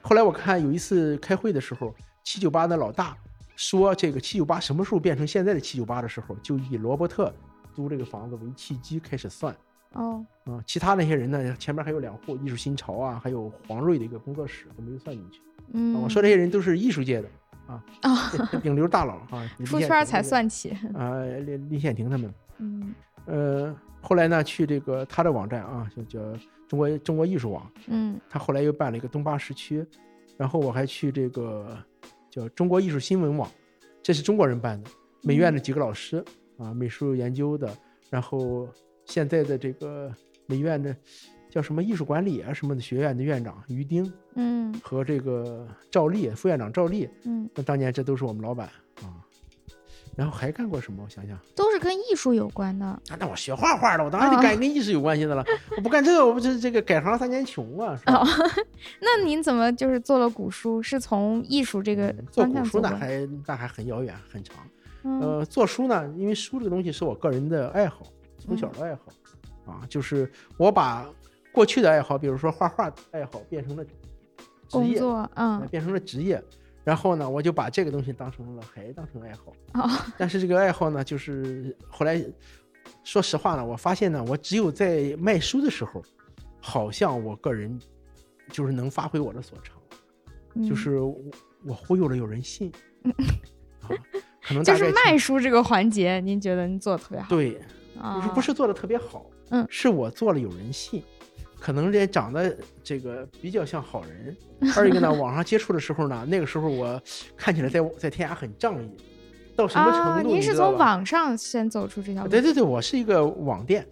Speaker 2: 后来我看有一次开会的时候，七九八的老大说这个七九八什么时候变成现在的七九八的时候，就以罗伯特租这个房子为契机开始算
Speaker 1: 哦
Speaker 2: 啊、其他那些人呢，前面还有两户艺术新潮啊，还有黄瑞的一个工作室都没有算进去。
Speaker 1: 嗯，
Speaker 2: 啊我说这些人都是艺术界的啊，
Speaker 1: 哦，
Speaker 2: 顶流大佬啊，李
Speaker 1: 出
Speaker 2: 立宪
Speaker 1: 圈儿
Speaker 2: 廷
Speaker 1: 才
Speaker 2: 那个
Speaker 1: 算起，
Speaker 2: 啊，李李宪廷他们。
Speaker 1: 嗯
Speaker 2: 呃，后来呢，去这个他的网站啊，就叫中国中国艺术网，
Speaker 1: 嗯
Speaker 2: 他后来又办了一个东八时区，然后我还去这个叫中国艺术新闻网，这是中国人办的，美院的几个老师啊，美术研究的，然后现在的这个美院的叫什么艺术管理啊什么的学院的院长于丁
Speaker 1: 嗯
Speaker 2: 和这个赵丽副院长赵丽，
Speaker 1: 嗯，
Speaker 2: 那当年这都是我们老板啊。然后还干过什么？我想想，
Speaker 1: 都是跟艺术有关的，
Speaker 2: 啊，那我学画画的，我当
Speaker 1: 哦
Speaker 2: 然得干跟艺术有关系的了。我不干这个，我不是这个改行三年穷啊，是吧？
Speaker 1: 哦，那您怎么就是做了古书？是从艺术这个
Speaker 2: 嗯做
Speaker 1: 方向
Speaker 2: 古书
Speaker 1: 做
Speaker 2: 呢，
Speaker 1: 过的？
Speaker 2: 还那还很遥远，很长。
Speaker 1: 嗯
Speaker 2: 呃，做书呢，因为书这个东西是我个人的爱好，从小的爱好、
Speaker 1: 嗯
Speaker 2: 啊，就是我把过去的爱好，比如说画画的爱好，变成了职
Speaker 1: 工
Speaker 2: 业，
Speaker 1: 作，
Speaker 2: 呃
Speaker 1: 嗯
Speaker 2: 变成了职业。然后呢，我就把 这个东西当成了还当成爱好，
Speaker 1: 哦
Speaker 2: 但是这个爱好呢，就是后来说实话呢，我发现呢，我只有在卖书的时候，好像我个人就是能发挥我的所长，
Speaker 1: 嗯
Speaker 2: 就是我我忽悠了有人信，啊，可能
Speaker 1: 就
Speaker 2: 大概
Speaker 1: 是
Speaker 2: 情
Speaker 1: 卖书这个环节，您觉得您做的特别好
Speaker 2: 对，不
Speaker 1: 啊？
Speaker 2: 是不是做的特别好，
Speaker 1: 嗯
Speaker 2: 是我做了有人信，可能这长得这个比较像 好人。二一个呢，网上接触的时候呢，那个时候我看起来在在天涯很仗义，到什么
Speaker 1: 啊，
Speaker 2: 程度？
Speaker 1: 您
Speaker 2: 你
Speaker 1: 是
Speaker 2: 知道
Speaker 1: 从
Speaker 2: 吧？
Speaker 1: 网上先走出这条路
Speaker 2: 对对对，我是一个网店，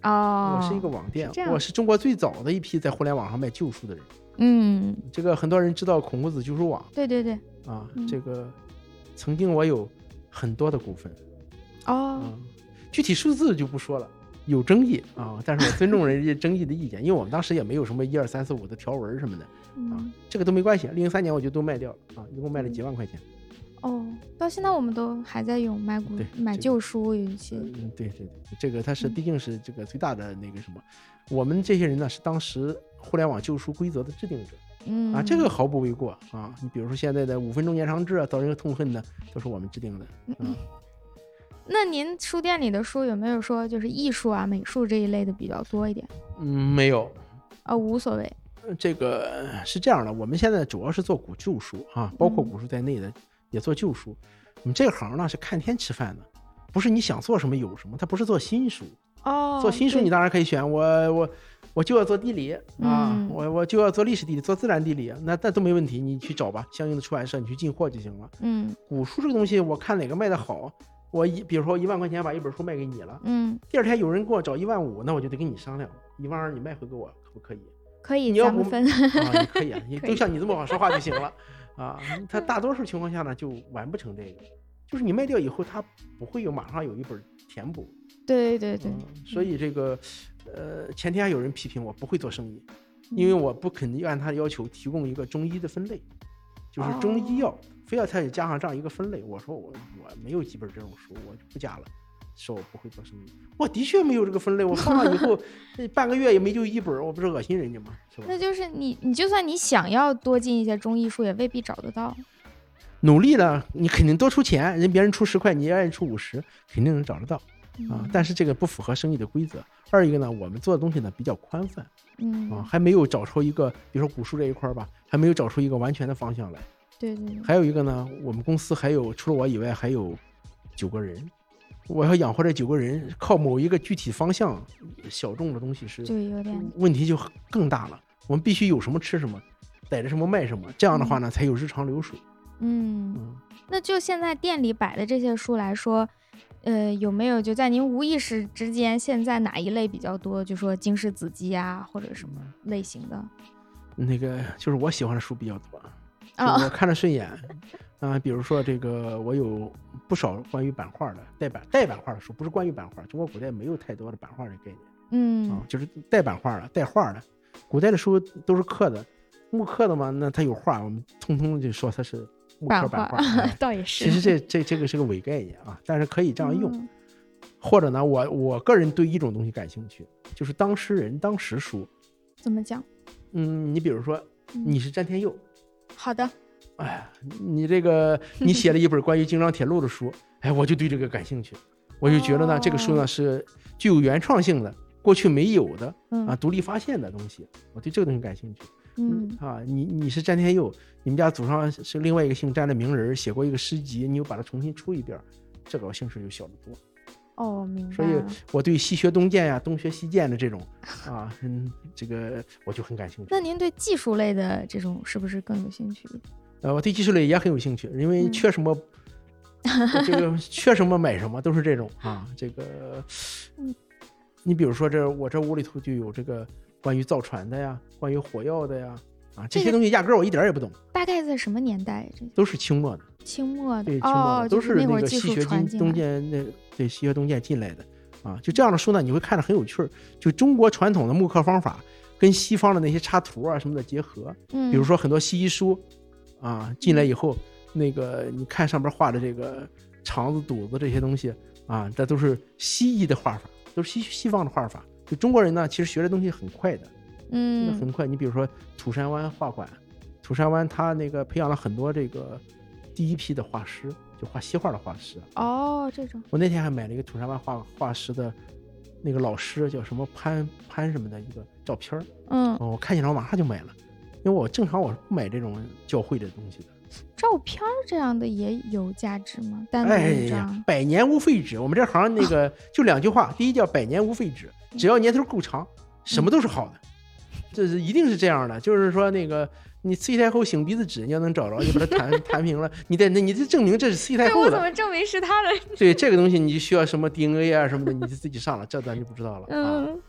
Speaker 1: 啊？
Speaker 2: 我是一个网店
Speaker 1: 这，样
Speaker 2: 我是中国最早的一批在互联网上卖旧书的人。
Speaker 1: 嗯，
Speaker 2: 这个很多人知道孔夫子旧书网
Speaker 1: 对对对，
Speaker 2: 啊，
Speaker 1: 嗯
Speaker 2: 这个曾经我有很多的股份啊
Speaker 1: 哦，，
Speaker 2: 具体数字就不说了。有争议啊，但是我尊重人家争议的意见，因为我们当时也没有什么一二三四五的条文什么的啊
Speaker 1: 嗯，
Speaker 2: 这个都没关系。零三年我就都卖掉了啊，一共卖了几万块钱。
Speaker 1: 哦，到现在我们都还在用买古
Speaker 2: 对
Speaker 1: 买
Speaker 2: 这个
Speaker 1: 旧书，有一些
Speaker 2: 嗯，对对对，这个它是
Speaker 1: 嗯
Speaker 2: 毕竟是这个最大的那个什么，我们这些人呢是当时互联网旧书规则的制定者。
Speaker 1: 嗯
Speaker 2: 啊，这个毫不为过啊！你比如说现在的五分钟延长制啊，造成痛恨呢，都是我们制定的。嗯，
Speaker 1: 那您书店里的书有没有说就是艺术啊、美术这一类的比较多一点？
Speaker 2: 嗯没有，
Speaker 1: 啊，无所谓。
Speaker 2: 呃这个呃是这样的，我们现在主要是做古旧书啊，包括
Speaker 1: 嗯
Speaker 2: 古书在内的也做旧书。我们这行呢是看天吃饭的，不是你想做什么有什么，它不是做新书。
Speaker 1: 哦，
Speaker 2: 做新书
Speaker 1: 对
Speaker 2: 你当然可以选，我我我就要做地理啊，
Speaker 1: 嗯
Speaker 2: 我我就要做历史地理，做自然地理，那那都没问题，你去找吧，相应的出版社你去进货就行了。
Speaker 1: 嗯
Speaker 2: 古书这个东西，我看哪个卖的好，我一比如说一万块钱把一本书卖给你了，
Speaker 1: 嗯，
Speaker 2: 第二天有人给我找一万五，那我就得跟你商量，一万二你卖回给我可不可以？
Speaker 1: 可以，
Speaker 2: 你要
Speaker 1: 咱们
Speaker 2: 不
Speaker 1: 分。
Speaker 2: 啊，你可以啊，你
Speaker 1: 可
Speaker 2: 都
Speaker 1: 以
Speaker 2: 像你这么好说话就行了啊。他大多数情况下呢，就完不成这个，就是你卖掉以后，他不会有马上有一本填补。
Speaker 1: 对对对
Speaker 2: 嗯，所以这个，呃，前天还有人批评我不会做生意，
Speaker 1: 嗯
Speaker 2: 因为我不肯按他的要求提供一个中医的分类，就是中医
Speaker 1: 哦
Speaker 2: 药，非要他也加上这样一个分类。我说我我没有几本这种书，我就不加了。说我不会做生意，我的确没有这个分类，我放了以 后，那半个月也没就一本，我不是恶心人家吗？是吧？
Speaker 1: 那就是你，你就算你想要多进一些中医书，也未必找得
Speaker 2: 啊
Speaker 1: 到。
Speaker 2: 努力了，你肯定多出钱，人别人出十块，你愿意出五十，肯定能找得到啊
Speaker 1: 嗯。
Speaker 2: 但是这个不符合生意的规则。二一个呢，我们做的东西呢比较宽泛啊，
Speaker 1: 嗯，
Speaker 2: 还没有找出一个，比如说古书这一块儿吧，还没有找出一个完全的方向来。
Speaker 1: 对对对，
Speaker 2: 还有一个呢，我们公司还有除了我以外还有九个人，我要养活这九个人，靠某一个具体方向小众的东西是
Speaker 1: 就有点
Speaker 2: 问题就更大了。我们必须有什么吃什么，逮着什么卖什么，这样的话呢才有日常流水。
Speaker 1: 嗯。
Speaker 2: 嗯。
Speaker 1: 那就现在店里摆的这些书来说，呃，有没有就在您无意识之间，现在哪一类比较多？就说经世子集啊，或者什么
Speaker 2: 嗯
Speaker 1: 类型的？
Speaker 2: 那个就是我喜欢的书比较多，就
Speaker 1: 哦
Speaker 2: 我看着顺眼。啊、比如说这个，我有不少关于版画的带版带版画的书，不是关于版画。中国古代没有太多的版画的概念
Speaker 1: 嗯
Speaker 2: 啊、就是带版画的、带画的。古代的书都是刻的，木刻的嘛，那它有画，我们通通就说它是木刻版画。哎
Speaker 1: 倒也
Speaker 2: 其
Speaker 1: 是。
Speaker 2: 实这这这个是个伪概念啊，但是可以这样用。
Speaker 1: 嗯
Speaker 2: 或者呢，我我个人对一种东西感兴趣，就是当时人当时书。
Speaker 1: 怎么讲？
Speaker 2: 嗯，你比如说
Speaker 1: 嗯
Speaker 2: 你是詹天佑，
Speaker 1: 好的，
Speaker 2: 哎，你这个你写了一本关于京张铁路的书，哎，我就对这个感兴趣，我就觉得呢，这个
Speaker 1: 哦
Speaker 2: 书呢是具有原创性的，过去没有的
Speaker 1: 嗯
Speaker 2: 啊，独立发现的东西，我对这个东西感兴趣。
Speaker 1: 嗯
Speaker 2: 啊，你你是詹天佑，你们家祖上是另外一个姓詹的名人，写过一个诗集，你又把它重新出一遍儿，这个我兴趣就小得多。
Speaker 1: 哦，明白
Speaker 2: 所以
Speaker 1: 了。
Speaker 2: 我对西学东渐呀、东学西渐的这种啊，嗯，这个我就很感兴趣。
Speaker 1: 那您对技术类的这种是不是更有兴趣？
Speaker 2: 呃，我对技术类也很有兴趣，因为
Speaker 1: 嗯
Speaker 2: 缺 什么，这个缺什么买什么，都是这种啊。这个
Speaker 1: 嗯，
Speaker 2: 你比如说这我这屋里头就有这个关于造船的呀，关于火药的呀，啊，
Speaker 1: 这
Speaker 2: 这些
Speaker 1: 个
Speaker 2: 东西压根儿我一点儿也不懂，
Speaker 1: 大概在什么年代？这
Speaker 2: 都是清末的，
Speaker 1: 清末的
Speaker 2: 对，清末
Speaker 1: 哦
Speaker 2: 的，都
Speaker 1: 就是
Speaker 2: 那
Speaker 1: 会儿
Speaker 2: 个
Speaker 1: 技
Speaker 2: 西
Speaker 1: 术
Speaker 2: 学
Speaker 1: 传
Speaker 2: 东
Speaker 1: 进
Speaker 2: 东
Speaker 1: 来。
Speaker 2: 渐那对西学东渐进来的啊，就这样的书呢，你会看着很有趣儿。就中国传统的木刻方法跟西方的那些插图啊什么的结合，
Speaker 1: 嗯，
Speaker 2: 比如说很多西医书啊进来以后，那个你看上边画的这个肠子、肚子这些东西啊，这都是西医的画法，都是西西方的画法。就中国人呢，其实学的东西很快的，真的
Speaker 1: 嗯
Speaker 2: 很快。你比如说土山湾画馆，土山湾他那个培养了很多这个第一批的画师，就画西画的画师。
Speaker 1: 哦这种
Speaker 2: 我那天还买了一个土山湾画画师的那个老师叫什么潘潘什么的一个照片儿，
Speaker 1: 嗯，
Speaker 2: 哦，我看见了，我马上就买了，因为我正常我是不买这种教会的东西的。
Speaker 1: 照片儿这样的也有价值吗？单独
Speaker 2: 哎
Speaker 1: 一
Speaker 2: 呀
Speaker 1: 张，，
Speaker 2: 百年无废纸，我们这行 那个就两句话，第一叫百年无废纸，
Speaker 1: 嗯
Speaker 2: 只要年头够长，什么都是好的，这是一定是这样的。就是说那个你 C 太后擤鼻子纸，你要能找着，你把它 弹弹平了，你得那你得证明这是 C 太
Speaker 1: 对
Speaker 2: 后
Speaker 1: 哎我怎
Speaker 2: 的。
Speaker 1: 么证明是他的？
Speaker 2: 对这个东西，你就需要什么 DNA 啊什么的，你就自己上了，这咱就不知道了啊。
Speaker 1: 嗯，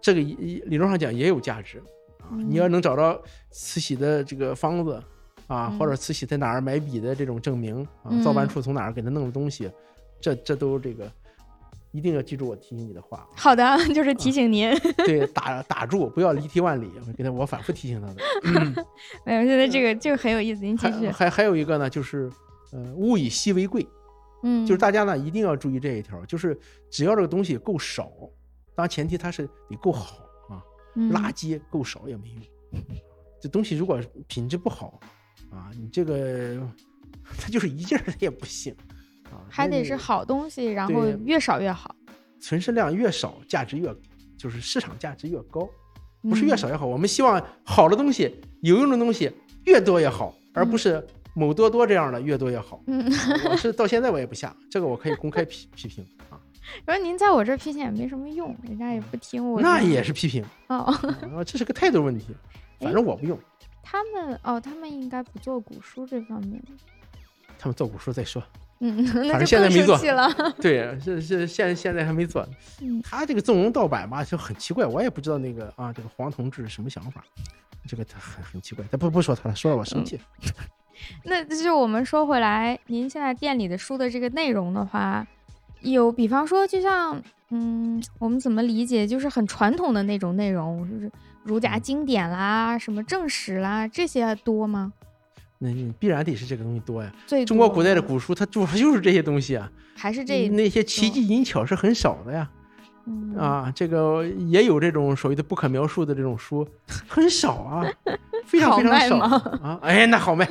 Speaker 2: 这个一一理论上讲也有价值啊，
Speaker 1: 嗯
Speaker 2: 你要能找着慈禧的这个方子啊，
Speaker 1: 嗯
Speaker 2: 或者慈禧在哪儿买笔的这种证明啊，
Speaker 1: 嗯，
Speaker 2: 造办处从哪儿给他弄的东西，这这都这个一定要记住我提醒你的话
Speaker 1: 好的，就是
Speaker 2: 啊
Speaker 1: 提醒 您，
Speaker 2: 对，打打住，不要离题万里，我给他我反复提 醒他的。
Speaker 1: 没有，现在
Speaker 2: 嗯
Speaker 1: 这个这个很有意思，您继
Speaker 2: 还
Speaker 1: 续，
Speaker 2: 还还有一个呢，就是呃，物以稀为贵，
Speaker 1: 嗯，
Speaker 2: 就是大家呢一定要注意这一条，就是只要这个东西够少，当然前提它是得够好啊，
Speaker 1: 嗯
Speaker 2: 垃圾够少也没用。这东西如果品质不好啊，你这个它就是一件儿它也不行啊，
Speaker 1: 还
Speaker 2: 那
Speaker 1: 得
Speaker 2: 你
Speaker 1: 是好东西，然后
Speaker 2: 对
Speaker 1: 越少越好，
Speaker 2: 存世量越少，价值越就是市场价值越高，不
Speaker 1: 嗯
Speaker 2: 是越少越好。我们希望好的东西、有用的东西越多越好，而不是某多多这样的越多越好。啊
Speaker 1: 嗯，
Speaker 2: 我是到现在我也不下这个，我可以公开批 批评啊，
Speaker 1: 然后您在我这儿批评也没什么用，人家也不听我的。哎
Speaker 2: 那也是批评
Speaker 1: 哦，
Speaker 2: 啊，这是个态度问题。反正我不用，
Speaker 1: 他们哦，他们应该不做古书这方面。
Speaker 2: 他们做古书再说。
Speaker 1: 嗯，
Speaker 2: 反
Speaker 1: 那
Speaker 2: 正
Speaker 1: 就
Speaker 2: 现在
Speaker 1: 更
Speaker 2: 没
Speaker 1: 生
Speaker 2: 做
Speaker 1: 气了。
Speaker 2: 对，是是，现现在还没做
Speaker 1: 嗯。
Speaker 2: 他这个纵容盗版吧，就很奇怪，我也不知道那个啊，这个黄同志什么想法，这个他很很奇怪。他不不说他了，说了我生
Speaker 1: 嗯
Speaker 2: 气。
Speaker 1: 那就是我们说回来，您现在店里的书的这个内容的话，有比方说，就像嗯，我们怎么理解，就是很传统的那种内容，就是儒家
Speaker 2: 嗯
Speaker 1: 经典啦、什么正史啦这些多吗？
Speaker 2: 那你必然得是这个东西多呀。
Speaker 1: 最
Speaker 2: 中国
Speaker 1: 多
Speaker 2: 古代的
Speaker 1: 吗
Speaker 2: 古书，它主要就是这些东西啊，
Speaker 1: 还是这、
Speaker 2: 那些奇技淫巧是很少的呀。
Speaker 1: 嗯、
Speaker 2: 啊，这个也有这种所谓的不可描述的这种书，很少啊，非常
Speaker 1: 好
Speaker 2: 非常
Speaker 1: 卖
Speaker 2: 少
Speaker 1: 吗
Speaker 2: 啊。哎，那好卖，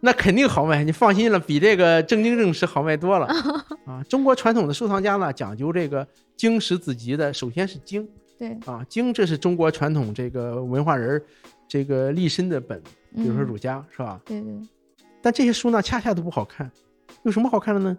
Speaker 2: 那肯定好卖，你放心了，比这个正经正史好卖多了 啊。中国传统的收藏家呢，讲究这个经史子集的，首先是经
Speaker 1: 对，
Speaker 2: 啊，经这是中国传统这个文化人儿这个立身的本，比如说
Speaker 1: 嗯
Speaker 2: 儒家、是吧？
Speaker 1: 对对。
Speaker 2: 但这些书呢，恰恰都不好看，有什么好看的呢？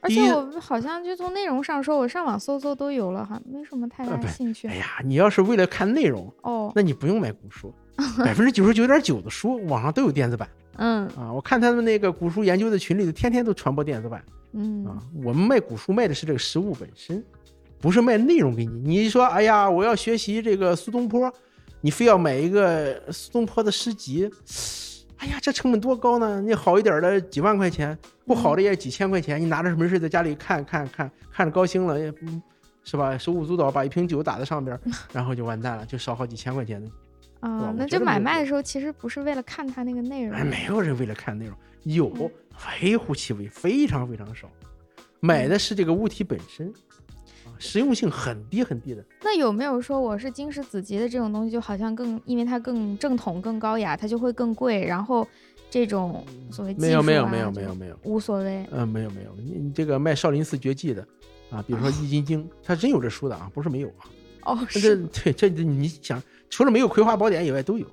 Speaker 1: 而
Speaker 2: 第
Speaker 1: 且
Speaker 2: 一
Speaker 1: 我好像就从内容上说，我上网搜搜都有了哈，没什么太
Speaker 2: 呃
Speaker 1: 大
Speaker 2: 不是
Speaker 1: 兴趣。
Speaker 2: 哎呀，你要是为了看内容，
Speaker 1: 哦，
Speaker 2: 那你不用买古书，百分之九十九点九的书网上都有电子版
Speaker 1: 嗯
Speaker 2: 啊！我看他们那个古书研究的群里头，天天都传播电子版啊
Speaker 1: 嗯，。
Speaker 2: 我们卖古书卖的是这个实物本身，不是卖内容给你。你一说，哎呀，我要学习这个苏东坡，你非要买一个苏东坡的诗集，哎呀，这成本多高呢？你好一点的几万块钱，不好的也几千块钱，你拿着没事在家里看看看，看着高兴了，也嗯是吧？手舞足蹈，把一瓶酒打在上边儿，然后就完蛋了，就少好几千块钱的对
Speaker 1: 啊
Speaker 2: 吧，
Speaker 1: 那
Speaker 2: 我
Speaker 1: 就
Speaker 2: 觉得
Speaker 1: 买
Speaker 2: 没有
Speaker 1: 卖
Speaker 2: 用
Speaker 1: 的时候其实不是为了看它那个内
Speaker 2: 哎，
Speaker 1: 容，
Speaker 2: 没有人为了看内容，有
Speaker 1: 嗯
Speaker 2: 微乎其微，非常非常少。买
Speaker 1: 嗯
Speaker 2: 的是这个物体本身，
Speaker 1: 哦
Speaker 2: 啊实用性很低很低的。
Speaker 1: 那有没有说我是经史子集的这种东西，就好像更因为它更正统、更高雅，它就会更贵，然后这种所谓技术、啊、
Speaker 2: 嗯没有没有没有没有，没有，
Speaker 1: 无所谓。
Speaker 2: 嗯，没有没有。你你这个卖少林寺绝技的啊，比如说《易筋经》，它真有这书的啊，不是没有啊。
Speaker 1: 哦，
Speaker 2: 那这
Speaker 1: 是
Speaker 2: 对这你想，除了没有《葵花宝典》以外 都有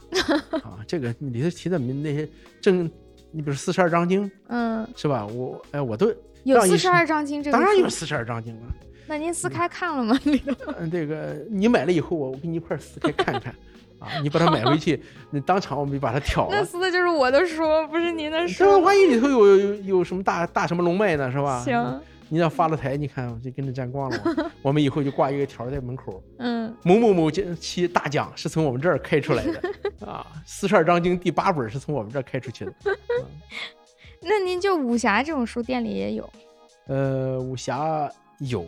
Speaker 2: 啊。这个里头提的那些正，你比如四十二章经
Speaker 1: 嗯，
Speaker 2: 是吧？我哎我都
Speaker 1: 有
Speaker 2: 让一
Speaker 1: 四十二章经这个
Speaker 2: 当然
Speaker 1: 书
Speaker 2: 有。嗯四十二章经了。
Speaker 1: 那您撕开看了吗？ 里头
Speaker 2: 嗯，这个你买了以后，我我给你一块儿撕开看看啊，你把它买回 去，你当场我们就把它挑
Speaker 1: 那
Speaker 2: 了。
Speaker 1: 撕的就是我的书，不是您的
Speaker 2: 这
Speaker 1: 书。
Speaker 2: 万一里头有有有什么大大什么龙脉呢，是吧？
Speaker 1: 行，
Speaker 2: 你要发了财，你看我就跟着沾光了我。我们以后就挂一个条儿在门口，
Speaker 1: 嗯，
Speaker 2: 某某某期大奖是从我们这儿开出 来的啊，四十二章经第八本是从我们这儿开出去的。啊
Speaker 1: 那您就武侠这种书店里也有，
Speaker 2: 呃，武侠有，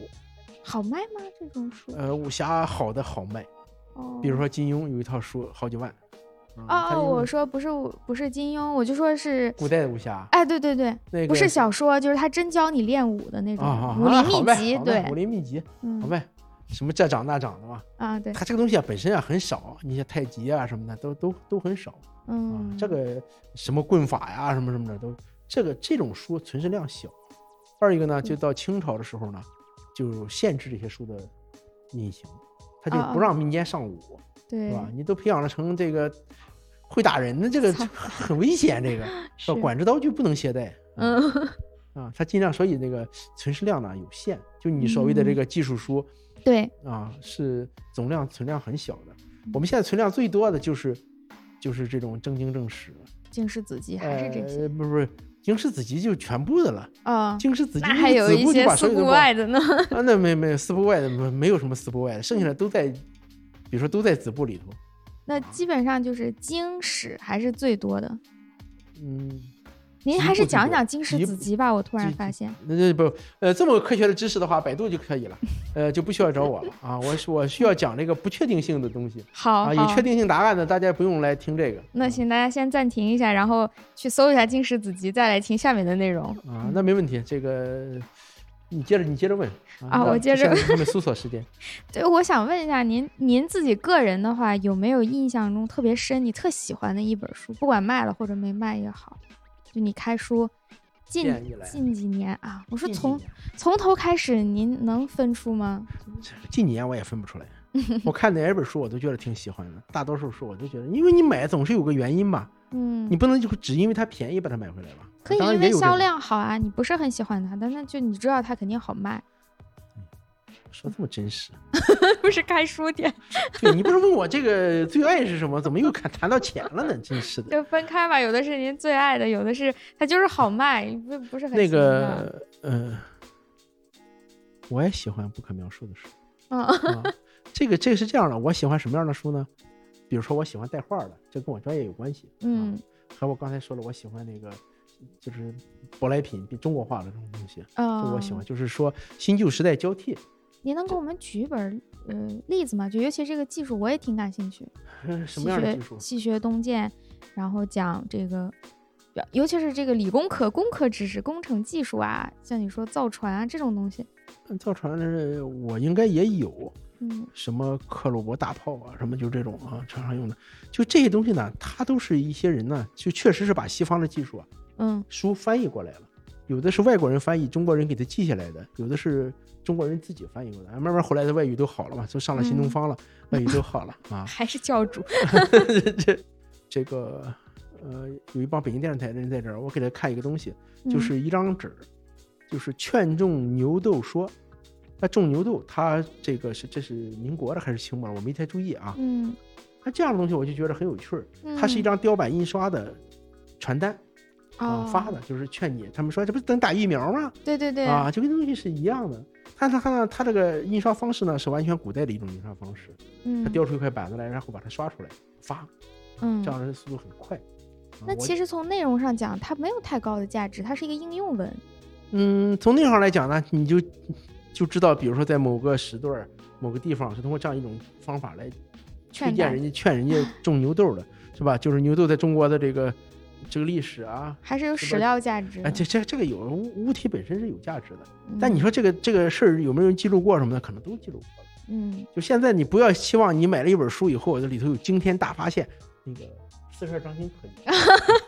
Speaker 1: 好卖吗？这种书？
Speaker 2: 呃，武侠好的好卖，
Speaker 1: 哦，
Speaker 2: 比如说金庸有一套书好几万。啊
Speaker 1: 哦
Speaker 2: 它
Speaker 1: 哦，
Speaker 2: 因为
Speaker 1: 我说不是武不是金庸，我就说是，
Speaker 2: 古代的武侠，
Speaker 1: 哎，对对对，
Speaker 2: 那个
Speaker 1: 不是小说，就是他真教你练武的那种
Speaker 2: 啊，
Speaker 1: 嗯武
Speaker 2: 啊
Speaker 1: 林
Speaker 2: 好
Speaker 1: 秘
Speaker 2: 呗
Speaker 1: 籍，
Speaker 2: 好呗
Speaker 1: 对
Speaker 2: 武，林秘籍，好
Speaker 1: 嗯
Speaker 2: 呗，什么这掌那掌的嘛，
Speaker 1: 啊，对，
Speaker 2: 它这个东西啊本身啊很少，你像太极啊什么的都都都很少啊，
Speaker 1: 嗯，
Speaker 2: 这个什么棍法呀、什么什么的都，这个这种书存
Speaker 1: 嗯
Speaker 2: 世量小。二一个呢，就到清朝的时候呢，就限制这些书的隐形，他就不
Speaker 1: 哦
Speaker 2: 让民间上武，
Speaker 1: 对
Speaker 2: 是吧？你都培养了成这个会打人的这个很危 险，这个是
Speaker 1: 是
Speaker 2: 吧？管制刀具不能携带。
Speaker 1: 嗯，
Speaker 2: 啊，他尽量，所以那个存世量呢有限，就你所谓的这
Speaker 1: 嗯
Speaker 2: 个技术书，
Speaker 1: 对，
Speaker 2: 啊，是总量存量很小的。我们现在存量最多的就是就是这种正经正史，
Speaker 1: 经世子集还是这些
Speaker 2: 呃、不是不是经史子集就全部的了，
Speaker 1: 啊，
Speaker 2: 经史子集
Speaker 1: 那还有
Speaker 2: 子
Speaker 1: 一
Speaker 2: 部就
Speaker 1: 些
Speaker 2: 把
Speaker 1: 四
Speaker 2: 所有的
Speaker 1: 不
Speaker 2: 包
Speaker 1: 外的呢。
Speaker 2: 啊，那没没有四部外的没没有什么四部外的，剩下的都在，比如说都在子部里头，
Speaker 1: 那基本上就是经史还是最多的。
Speaker 2: 嗯。
Speaker 1: 您
Speaker 2: 集
Speaker 1: 还
Speaker 2: 部
Speaker 1: 是
Speaker 2: 最
Speaker 1: 讲一
Speaker 2: 多
Speaker 1: 讲经史
Speaker 2: 集
Speaker 1: 子
Speaker 2: 部
Speaker 1: 集吧，我突然
Speaker 2: 集
Speaker 1: 发现。
Speaker 2: 那这不，呃，这么科学的知识的话，百度就可以了，呃，就不需要找我了啊。我是我需要讲这个不确定性的东西
Speaker 1: 好，
Speaker 2: 啊，
Speaker 1: 哦好
Speaker 2: 有确定啊性答案的，大家不用来听这个。
Speaker 1: 那行，大家先暂停一下，然后去搜一下《经史子集》，再来听下面的内容。
Speaker 2: 啊，那没问题。这个你接着你接着问
Speaker 1: 啊我
Speaker 2: 那
Speaker 1: 接着
Speaker 2: 现在后面搜索时间。
Speaker 1: 对，我想问一下您，您自己个人的话，有没有印象中特别深、你特喜欢的一本书，不管卖了或者没卖也好，就你开书近
Speaker 2: 建议来
Speaker 1: 近几年啊，我说
Speaker 2: 近几
Speaker 1: 从
Speaker 2: 年
Speaker 1: 从头开始，您能分出吗？
Speaker 2: 近几年我也分不出来，我看哪一本书我都觉得挺喜欢的，大多数书我都觉得，因为你买总是有个原因吧，
Speaker 1: 嗯
Speaker 2: 你，不能就只因为它便宜把它买回来吧。
Speaker 1: 可以
Speaker 2: 当然
Speaker 1: 因
Speaker 2: 也
Speaker 1: 为
Speaker 2: 有这
Speaker 1: 销
Speaker 2: 种
Speaker 1: 量好啊，你不是很喜欢它，但那就你知道它肯定好卖，
Speaker 2: 说这么真实，
Speaker 1: 不是开书店，
Speaker 2: 对你不是问我这个最爱是什么，怎么又谈谈到钱了呢？真是的。
Speaker 1: 就分开吧。有的是您最爱的，有的是它就是好卖，不不是很
Speaker 2: 那
Speaker 1: 喜欢的
Speaker 2: 个，呃，我也喜欢不可描述的书。
Speaker 1: 嗯
Speaker 2: 啊，这个这个是这样的，我喜欢什么样的书呢？比如说我喜欢带画儿的，这跟我专业有关系。
Speaker 1: 嗯
Speaker 2: 啊，和我刚才说了，我喜欢那个就是舶来品，比中国画的这种东西，啊这
Speaker 1: 嗯，
Speaker 2: 我喜欢。就是说新旧时代交替，
Speaker 1: 您能给我们举一本儿呃例子吗？就尤其这个技术，我也挺感兴趣。
Speaker 2: 呃什
Speaker 1: 戏
Speaker 2: 么样的
Speaker 1: 学
Speaker 2: 技术？
Speaker 1: 戏学东渐，然后讲这个，尤其是这个理工科、工科知识、工程技术啊，像你说造船啊这种东西，
Speaker 2: 嗯造船的我应该也有，
Speaker 1: 嗯
Speaker 2: 什么克鲁伯大炮啊，什么就这种啊，常常用的。就这些东西呢，它都是一些人呢，就确实是把西方的技术啊
Speaker 1: 嗯。
Speaker 2: 书翻译过来了，有的是外国人翻译，中国人给他记下来的，有的是中国人自己翻译过来。慢慢后来的外语都好了嘛，都上了新东方了，外语都好了啊
Speaker 1: 还是教主，
Speaker 2: 这这个呃，有一帮北京电视台的人在这儿，我给他看一个东西， 就
Speaker 1: 嗯
Speaker 2: 是一张纸，就是劝种牛痘说。那种牛痘，它这个是这是民国的还是清末的？我没太注意啊。
Speaker 1: 嗯
Speaker 2: 那这样的东西我就觉得很有趣儿，
Speaker 1: 嗯，
Speaker 2: 它是一张雕版印刷的传单啊、
Speaker 1: 哦
Speaker 2: 发的，就是劝你。他们说这不是等打疫苗吗？
Speaker 1: 对对对，
Speaker 2: 啊，就跟东西是一样的。但是它呢，它这个印刷方式呢是完全古代的一种印刷方式，
Speaker 1: 嗯
Speaker 2: 它雕出一块板子来，然后把它刷出来发，
Speaker 1: 嗯
Speaker 2: 这。样的速度很快。啊
Speaker 1: 那
Speaker 2: 我
Speaker 1: 其实从内容上讲，它没有太高的价值，它是一个应用文。
Speaker 2: 嗯，从那上来讲呢，你就就知道，比如说在某个时段儿、某个地方是通过这样一种方法来推
Speaker 1: 劝
Speaker 2: 荐
Speaker 1: 大
Speaker 2: 人家、劝人家种牛痘的，是吧？就是牛痘在中国的这个这个历史啊，
Speaker 1: 还是有
Speaker 2: 是
Speaker 1: 史
Speaker 2: 吧
Speaker 1: 料价值的。
Speaker 2: 啊，这这这个有物物体本身是有价值的。但
Speaker 1: 嗯
Speaker 2: 你说这个这个事儿有没有人记录过什么的，可能都记录过了。
Speaker 1: 嗯，
Speaker 2: 就现在，你不要期望你买了一本书以后，这里头有惊天大发现。那个四十二章经 可以，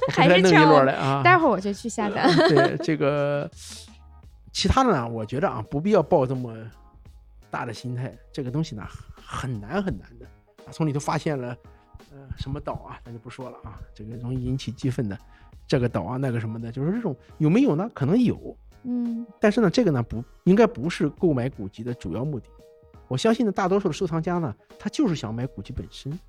Speaker 2: 我
Speaker 1: 还
Speaker 2: 给
Speaker 1: 是
Speaker 2: 它弄一
Speaker 1: 劝我
Speaker 2: 摞来啊。
Speaker 1: 待会儿我就去下单。
Speaker 2: 嗯对这个其他的呢，我觉得啊，不必要抱这么大的心态。这个东西呢，很难很难的。啊，从里头发现了呃什么岛啊，咱就不说了啊，这个容易引起激愤的。这个岛啊，那个什么的，就是这种有没有呢？可能有，
Speaker 1: 嗯
Speaker 2: 但是呢，这个呢不应该不是购买古籍的主要目的。我相信呢，大多数的收藏家呢，他就是想买古籍本身，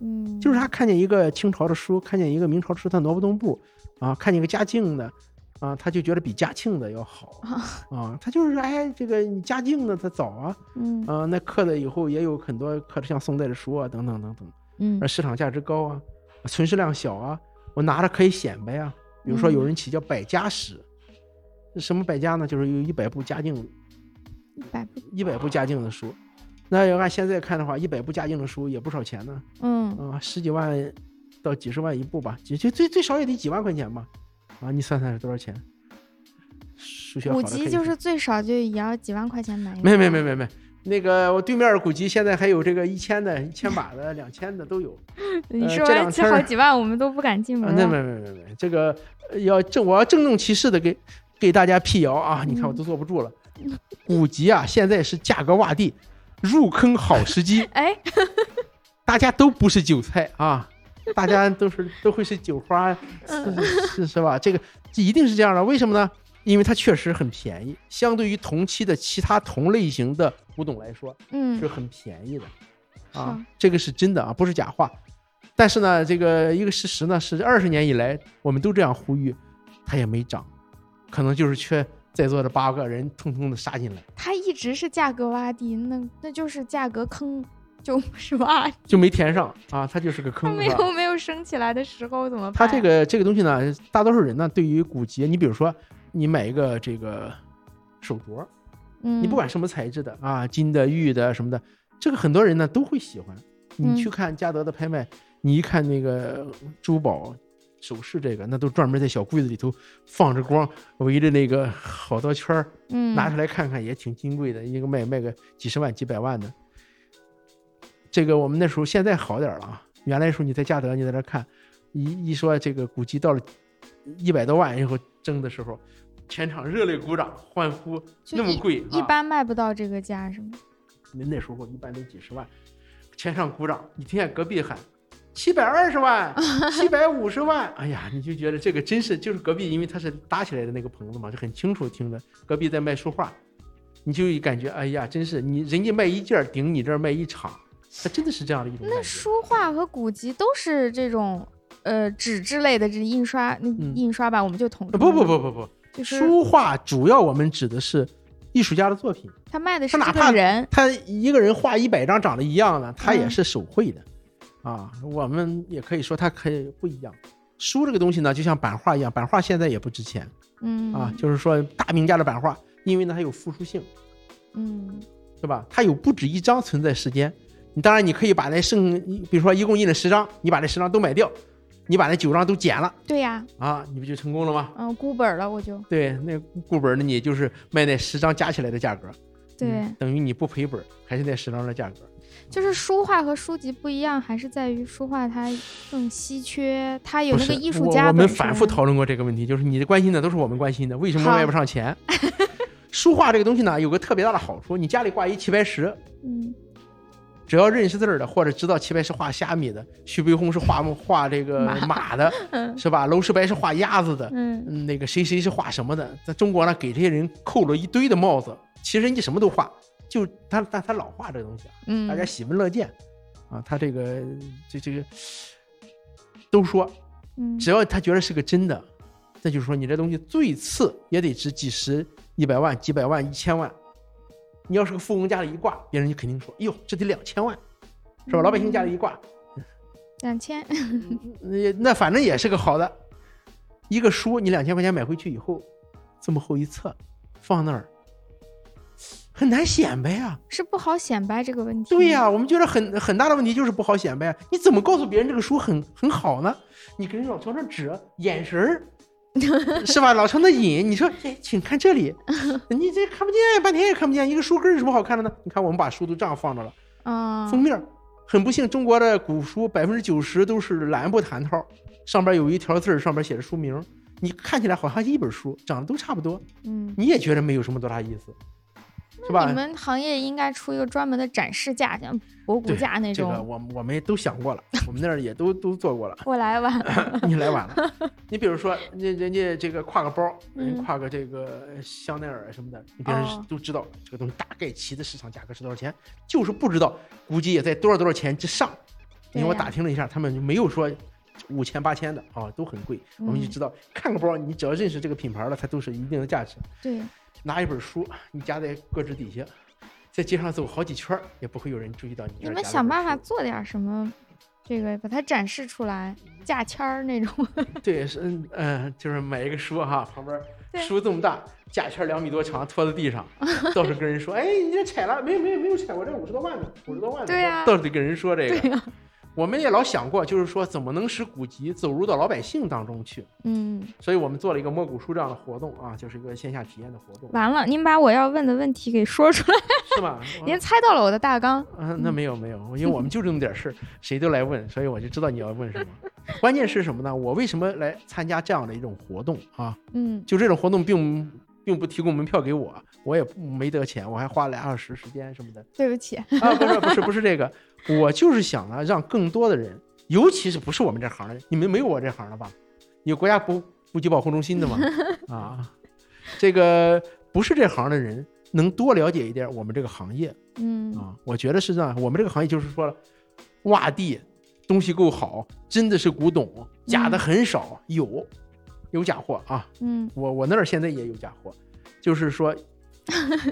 Speaker 1: 嗯，
Speaker 2: 就是他看见一个清朝的书，看见一个明朝的书，他挪不动步啊，看见一个嘉靖的啊，他就觉得比嘉庆的要好 啊，他就是哎，这个你嘉靖的他早啊，
Speaker 1: 嗯
Speaker 2: 啊，那刻的以后也有很多刻的像宋代的书啊，等等等等，
Speaker 1: 嗯
Speaker 2: 而市场价值高啊，存世量小啊，我拿着可以显摆啊。比如说有人起叫百家史，什么百家呢？就是有一百部嘉靖
Speaker 1: 一百部，
Speaker 2: 一百部嘉靖的书，那要按现在看的话，一百部嘉靖的书也不少钱呢，
Speaker 1: 嗯
Speaker 2: 啊、十几万到几十万一部吧，就就最最少也得几万块钱吧，啊，你算算是多少钱？数学好
Speaker 1: 古
Speaker 2: 的可以
Speaker 1: 籍就是最少就也要几万块钱买一
Speaker 2: 没
Speaker 1: 本
Speaker 2: 没没没没，那个我对面古籍现在还有这个一千的、一千把的、两千的都有，
Speaker 1: 你
Speaker 2: 呃
Speaker 1: 说
Speaker 2: 这
Speaker 1: 完
Speaker 2: 两
Speaker 1: 这
Speaker 2: 天儿
Speaker 1: 好几万，我们都不敢进
Speaker 2: 啊
Speaker 1: 门，
Speaker 2: 那
Speaker 1: 了。，
Speaker 2: 没没没没，这个呃要正我要郑重其事的给给大家辟谣啊！你看我都坐不住了。古籍啊，现在是价格洼地，入坑好时机
Speaker 1: 哎，
Speaker 2: 大家都不是韭菜啊，大家都是 都会是韭花，是是是吧？这个这一定是这样的，为什么呢？因为它确实很便宜，相对于同期的其他同类型的古董来说
Speaker 1: 嗯
Speaker 2: 是，很便宜的。
Speaker 1: 是
Speaker 2: 啊，这个是真的啊，不是假话。但是呢，这个一个事实呢，是二十年以来我们都这样呼吁，它也没涨，可能就是缺在座的八个人通通的杀进来，
Speaker 3: 它一直是价格洼地，那那就是价格坑，就不是洼，
Speaker 2: 就没填上啊，它就是个
Speaker 3: 它
Speaker 2: 坑。
Speaker 3: 没
Speaker 2: 是吧
Speaker 3: 有没有升起来的时候怎么办？
Speaker 2: 它这个这个东西呢，大多数人呢对于古籍，你比如说你买一个这个手镯，
Speaker 3: 嗯，
Speaker 2: 你不管什么材质的啊，金的、玉的什么的，这个很多人呢都会喜欢。
Speaker 3: 嗯
Speaker 2: 你去看嘉德的拍卖，你一看那个珠宝首饰，这个那都专门在小柜子里头放着光，围着那个好多圈儿，
Speaker 3: 嗯
Speaker 2: 拿出来看看也挺金贵的，一个卖卖个几十万、几百万的。这个我们那时候现在好点儿了啊，原来时候你在嘉德你在那看，一一说这个古籍到了一百多万以后争的时候，全场热烈鼓掌欢呼，
Speaker 3: 就
Speaker 2: 那么
Speaker 3: 一
Speaker 2: 贵、啊，嗯
Speaker 3: 一般卖不到这个价是吗？
Speaker 2: 那那时候一般都几十万，全场鼓掌，你听见隔壁喊七百二十 万、七百五十万，哎呀，你就觉得这个真是就是隔壁，因为他是搭起来的那个棚子嘛，就很清楚听着隔壁在卖说话，你就感觉哎呀，真是你人家卖一件儿顶你这儿卖一场，他真的是这样的一种
Speaker 3: 那
Speaker 2: 感觉。
Speaker 3: 书画和古籍都是这种呃纸质类的，这印刷那
Speaker 2: 嗯
Speaker 3: 印刷吧，我们就统
Speaker 2: 呃不不
Speaker 3: 称
Speaker 2: 不不不，
Speaker 3: 就是
Speaker 2: 书画主要我们指的是艺术家的作品，
Speaker 3: 他卖的是
Speaker 2: 他
Speaker 3: 这
Speaker 2: 哪
Speaker 3: 个
Speaker 2: 怕啊
Speaker 3: 人，
Speaker 2: 他一个人画一百张长得一样的，他也
Speaker 3: 嗯
Speaker 2: 是手绘的、啊。我们也可以说它可以不一样。书这个东西呢，就像版画一样，版画现在也不值钱
Speaker 3: 嗯
Speaker 2: 啊。就是说，大名家的版画，因为呢它有复述性，
Speaker 3: 嗯
Speaker 2: 对吧？它有不止一张存在时间。你当然你可以把那剩，比如说一共印了十张，你把那十张都买掉，你把那九张都剪了
Speaker 3: 对呀、
Speaker 2: 啊，你不就成功了吗？
Speaker 3: 嗯孤本儿了我就
Speaker 2: 对，那固本儿的你就是卖那十张加起来的价格，
Speaker 3: 对、
Speaker 2: 嗯等于你不赔本儿，还是那十张的价格。
Speaker 3: 就是书画和书籍不一样，还是在于书画它更稀缺，它有
Speaker 2: 不
Speaker 3: 那
Speaker 2: 是
Speaker 3: 个艺术家
Speaker 2: 我。我们
Speaker 3: 本身
Speaker 2: 反复讨论过这个问题，就是你的关心的都是我们关心的，为什么
Speaker 3: 好
Speaker 2: 卖不上钱？ 书画这个东西呢，有个特别大的好处，你家里挂一齐白石，
Speaker 3: 嗯
Speaker 2: 只要认识字儿的，或者知道齐白石画虾米的，徐悲鸿是画画这个 马的，是吧？娄世白是画鸭子的，
Speaker 3: 嗯
Speaker 2: 嗯那个谁谁是画什么的，在中国呢给这些人扣了一堆的帽子，其实人家什么都画，就他他他老画这个东西啊。
Speaker 3: 嗯，
Speaker 2: 大家喜闻乐见啊。他这个这这个都说，
Speaker 3: 嗯
Speaker 2: 只要他觉得是个真的，那就是说你这东西最次也得值几十、一百万、几百万、一千万。你要是个富翁家里一挂，别人就肯定说：“哟，这得两千万，是吧？”老百姓家里一挂，
Speaker 3: 两千，
Speaker 2: 那那反正也是个好的。一个书，你两千块钱买回去以后，这么厚一册，放那儿很难显摆啊。
Speaker 3: 是不好显摆这个问题。
Speaker 2: 对呀、、我们觉得很很大的问题就是不好显摆。你怎么告诉别人这个书很很好呢？你跟人老朝上指，眼神 儿是吧？老朝那引，你说，哎，请看 这里，你这看不见，半天也看不见，一个书根儿有什么好看的呢？你看我们把书都这样放着了，
Speaker 3: 啊，
Speaker 2: 封面儿很不幸，中国的古书百分之九十都是蓝布弹套，上边有一条字儿，上边写着书名儿，你看起来好像一本书，长得都差不多，
Speaker 3: 嗯，
Speaker 2: 你也觉得没有什么多大意思，是吧？
Speaker 3: 你们行业应该出一个专门的展示架，像博古
Speaker 2: 对
Speaker 3: 架那
Speaker 2: 这
Speaker 3: 种。
Speaker 2: 个我们我们也都想过了，我们那儿也都都做过了。
Speaker 3: 我来晚了，
Speaker 2: 你来晚了， 你比如说，人人家这个挎个包，人
Speaker 3: 嗯
Speaker 2: 挎个这个香奈儿啊什么的，你别人
Speaker 3: 哦
Speaker 2: 都知道这个东西大概其的市场价格是多少钱，就是不知道，估计也在多少多少钱之上。因为我
Speaker 3: 对呀
Speaker 2: 打听了一下，他们就没有说五千八千的啊，都很贵。我们就
Speaker 3: 嗯
Speaker 2: 知道，看个包，你只要认识这个品牌了，它都是一定的价值。
Speaker 3: 对，
Speaker 2: 拿一本书，你夹在胳肢底下，在街上走好几圈儿，也不会有人注意到你这
Speaker 3: 你
Speaker 2: 儿夹了一本书。
Speaker 3: 们想办法做点什么，这个把它展示出来，价签儿那种。
Speaker 2: 对，是嗯、呃就是买一个书哈，旁边儿
Speaker 3: 对
Speaker 2: 书这么大，甲圈两米多长，拖在 地上，到处跟人说，哎，你这踩了，没有没有没有踩，我这五十多万呢，五十多万呢，
Speaker 3: 对呀
Speaker 2: 到处得跟人说这个。我们也老想过，就是说怎么能使古籍走入到老百姓当中去，
Speaker 3: 嗯，
Speaker 2: 所以我们做了一个摸古书这样的活动啊，就是一个线下体验的活动，
Speaker 3: 完了，您把我要问的问题给说出来，
Speaker 2: 是吧？
Speaker 3: 您猜到了我的大纲。
Speaker 2: 嗯、那没有没有，因为我们就这么点事儿，谁都来问，所以我就知道你要问什么。关键是什么呢？我为什么来参加这样的一种活动啊？
Speaker 3: 嗯
Speaker 2: 就这种活动并并不提供门票给我，我也不没得钱，我还花俩小时时间什么的。
Speaker 1: 对不起，
Speaker 2: 啊，不是不是不是这个，我就是想啊，让更多的人，尤其是不是我们这行的人，你们没有我这行的吧？有国家补补给保护中心的吗？啊，这个不是这行的人能多了解一点我们这个行业
Speaker 1: 嗯
Speaker 2: 啊。我觉得是这样，我们这个行业就是说了，洼地东西够好，真的是古董，假的很少，有有假货啊。
Speaker 1: 嗯
Speaker 2: 我我那儿现在也有假货，就是说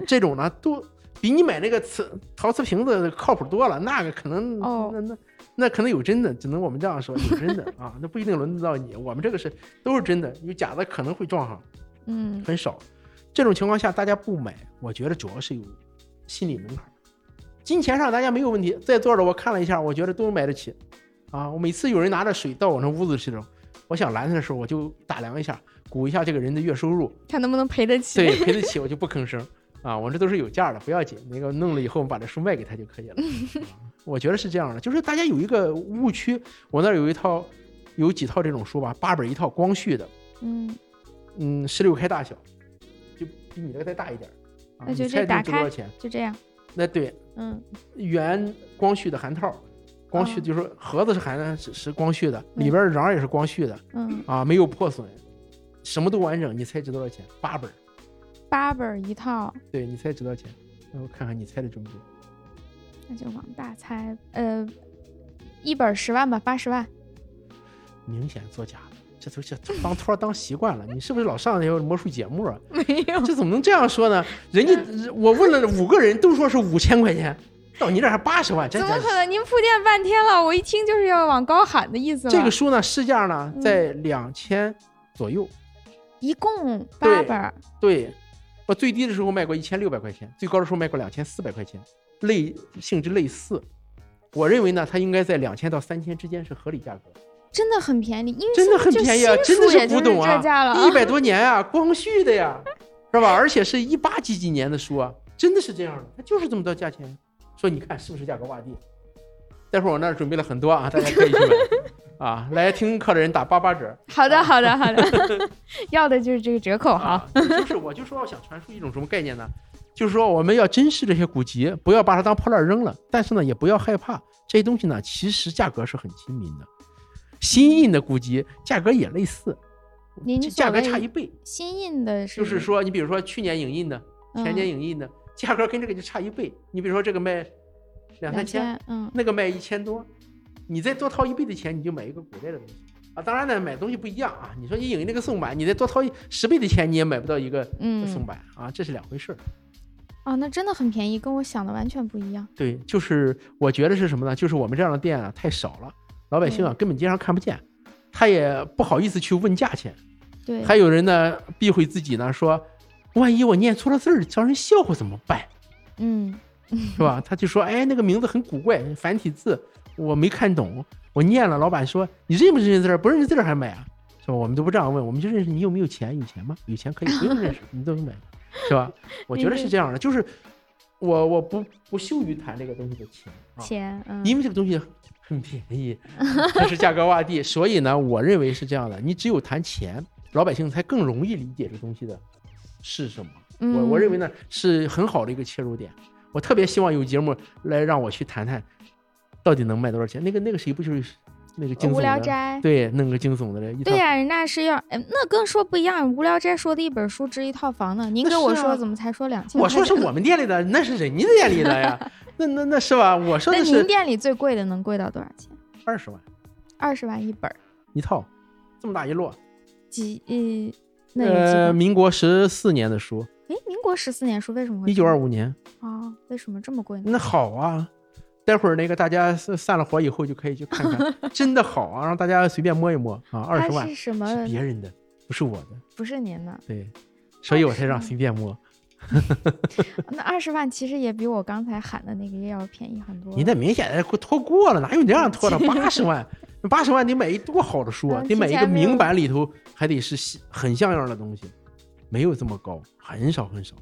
Speaker 2: 这种呢都比你买那个瓷陶瓷瓶子靠谱多了，那个可能、
Speaker 1: 哦
Speaker 2: 那那那可能有真的，只能我们这样说有真的啊，那不一定轮得到你，我们这个是都是真的，有假的可能会撞上，
Speaker 1: 嗯
Speaker 2: 很少。这种情况下大家不买，我觉得主要是有心理门槛儿，金钱上大家没有问题，在座的我看了一下，我觉得都买得起，啊，我每次有人拿着水到我那屋子去的时候，我想拦他的时候，我就打量一下，估一下这个人的月收入，
Speaker 1: 看能不能赔得起。
Speaker 2: 对，赔得起我就不吭声啊，我这都是有价的，不要紧。那个弄了以后，我们把这书卖给他就可以了。
Speaker 1: 嗯
Speaker 2: 啊我觉得是这样的，就是大家有一个误区。我那儿有一套，有几套这种书吧，八本一套，光绪的，
Speaker 1: 嗯，
Speaker 2: 嗯，十六开大小，就比你这个再大一点儿。啊、
Speaker 1: 那就
Speaker 2: 你
Speaker 1: 这
Speaker 2: 猜能
Speaker 1: 打
Speaker 2: 值多少
Speaker 1: 开
Speaker 2: 钱？
Speaker 1: 就这样。
Speaker 2: 那对，
Speaker 1: 嗯
Speaker 2: 原光绪的含套，光绪
Speaker 1: 哦
Speaker 2: 就是说盒子是含是是光绪的，里
Speaker 1: 嗯
Speaker 2: 边儿瓤儿也是光绪的
Speaker 1: 嗯，
Speaker 2: 啊，没有破损，什么都完整。你猜值多少钱？八本儿。
Speaker 1: 八本儿一套，
Speaker 2: 对你猜值多少钱？那我看看你猜的准不准。
Speaker 1: 那就往大猜。呃，一本儿十万吧，八十万。
Speaker 2: 明显作假的，这都这当托儿当习惯了。你是不是老上那个魔术节目啊？
Speaker 1: 没有，
Speaker 2: 这怎么能这样说呢？人 家我问了五个人，都说是五千块钱，到你这儿还八十万，这
Speaker 1: 怎么
Speaker 2: 这
Speaker 1: 可能？您铺垫半天了，我一听就是要往高喊的意思了。
Speaker 2: 这个书呢，市价呢
Speaker 1: 嗯
Speaker 2: 在两千左右。
Speaker 1: 一共八
Speaker 2: 对
Speaker 1: 本儿，
Speaker 2: 对，我最低的时候卖过一千六百块钱，最高的时候卖过两千四百块钱，类性质类似。我认为呢，它应该在两千到三千之间是合理价格。
Speaker 1: 真的很便宜，因为
Speaker 2: 真的很
Speaker 1: 就
Speaker 2: 便宜啊，
Speaker 1: 新
Speaker 2: 真
Speaker 1: 书
Speaker 2: 的
Speaker 1: 也
Speaker 2: 是
Speaker 1: 就
Speaker 2: 古董
Speaker 1: 这价了
Speaker 2: 啊，一百多年啊，光绪的呀，是吧？而且是一八几几年的书啊，真的是这样的，它就是这么多价钱。说你看是不是价格洼地？待会儿我那儿准备了很多啊，大家可以 去买啊。来听课的人打八八折。
Speaker 1: 好的，好的，好的， 要的就是这个折扣哈。
Speaker 2: 哦啊，就是我就说我想传输一种什么概念呢？就是说我们要珍视这些古籍，不要把它当破烂扔了，但是呢，也不要害怕这些东西呢，其实价格是很亲民的。新印的古籍价格也类似，
Speaker 1: 您嗯
Speaker 2: 就
Speaker 1: 所
Speaker 2: 价格
Speaker 1: 谓
Speaker 2: 差一倍。
Speaker 1: 新印的是，
Speaker 2: 就是说，你比如说去年影印的、前年
Speaker 1: 嗯
Speaker 2: 影印的，价格跟这个就差一倍。你比如说这个卖两三
Speaker 1: 两
Speaker 2: 千，
Speaker 1: 千，嗯
Speaker 2: 那个卖一千多，你再多掏一倍的钱，你就买一个古代的东西啊。当然呢，买东西不一样啊。你说你影印那个宋版，你再多掏一十倍的钱，你也买不到一个宋
Speaker 1: 嗯，
Speaker 2: 版啊，这是两回事儿。
Speaker 1: 哦，那真的很便宜，跟我想的完全不一样。
Speaker 2: 对，就是我觉得是什么呢？就是我们这样的店啊太少了，老百姓
Speaker 1: 嗯
Speaker 2: 啊根本街上看不见，他也不好意思去问价钱。
Speaker 1: 对，
Speaker 2: 还有人呢避讳自己呢，说万一我念错了字儿，叫人笑话怎么办？
Speaker 1: 嗯，
Speaker 2: 是吧？他就说，哎，那个名字很古怪，繁体字我没看懂，我念了，老板说你认不认识字儿？不认识字儿还买啊？是吧？我们都不这样问，我们就认识你有没有钱，有钱吗？有钱可以不用认识，你都能买，是吧？我觉得是这样的，就是我我不不羞于谈这个东西的钱啊，
Speaker 1: 钱，嗯，
Speaker 2: 因为这个东西很便宜， 它是价格洼地，所以呢，我认为是这样的，你只有谈钱，老百姓才更容易理解这东西的是什么。我我认为
Speaker 1: 嗯，
Speaker 2: 呢是很好的一个切入点。我特别希望有节目来让我去谈谈，到底能卖多少钱？那个那个谁不就是那个惊
Speaker 1: 无聊
Speaker 2: 悚的？
Speaker 1: 斋。
Speaker 2: 对，弄个惊悚的嘞，一套
Speaker 1: 对呀、人家是要，哎那更说不一样。无聊斋说的一本书值一套房呢，您
Speaker 2: 那
Speaker 1: 跟我
Speaker 2: 是啊
Speaker 1: 说怎么才说两千？
Speaker 2: 我说是，我们店里的，那是人家店里的 呀，那那那是吧？我说
Speaker 1: 那
Speaker 2: 的
Speaker 1: 您
Speaker 2: 是
Speaker 1: 店里最贵的能贵到多少钱？
Speaker 2: 二十万
Speaker 1: 二十万一本儿，
Speaker 2: 一套，这么大一摞。
Speaker 1: 几呃，那有几
Speaker 2: 呃，
Speaker 1: 本？
Speaker 2: 民国十四年的书，
Speaker 1: 哎，民国十四年书为什么会
Speaker 2: 一九二
Speaker 1: 五
Speaker 2: 五年，
Speaker 1: 哦，为什么这么贵呢？
Speaker 2: 那好啊。待会儿那个大家散散了伙以后就可以去看 看，真的好啊，让大家随便摸一摸啊，二十
Speaker 1: 它
Speaker 2: 万
Speaker 1: 是什么？
Speaker 2: 是别人的，不是我的。
Speaker 1: 不是您的，
Speaker 2: 对，所以我才让
Speaker 1: 20万
Speaker 2: 随便摸。
Speaker 1: 哦那二十万其实也比我刚才喊的那个要便宜很多。
Speaker 2: 你那明显的拖过了，哪有你这样 拖的？八十万，八十万得买一多好的书啊，
Speaker 1: 嗯
Speaker 2: 得买一
Speaker 1: 提
Speaker 2: 个
Speaker 1: 前没有
Speaker 2: 明版里头还得是西很像样的东西，没有这么高，很少很少。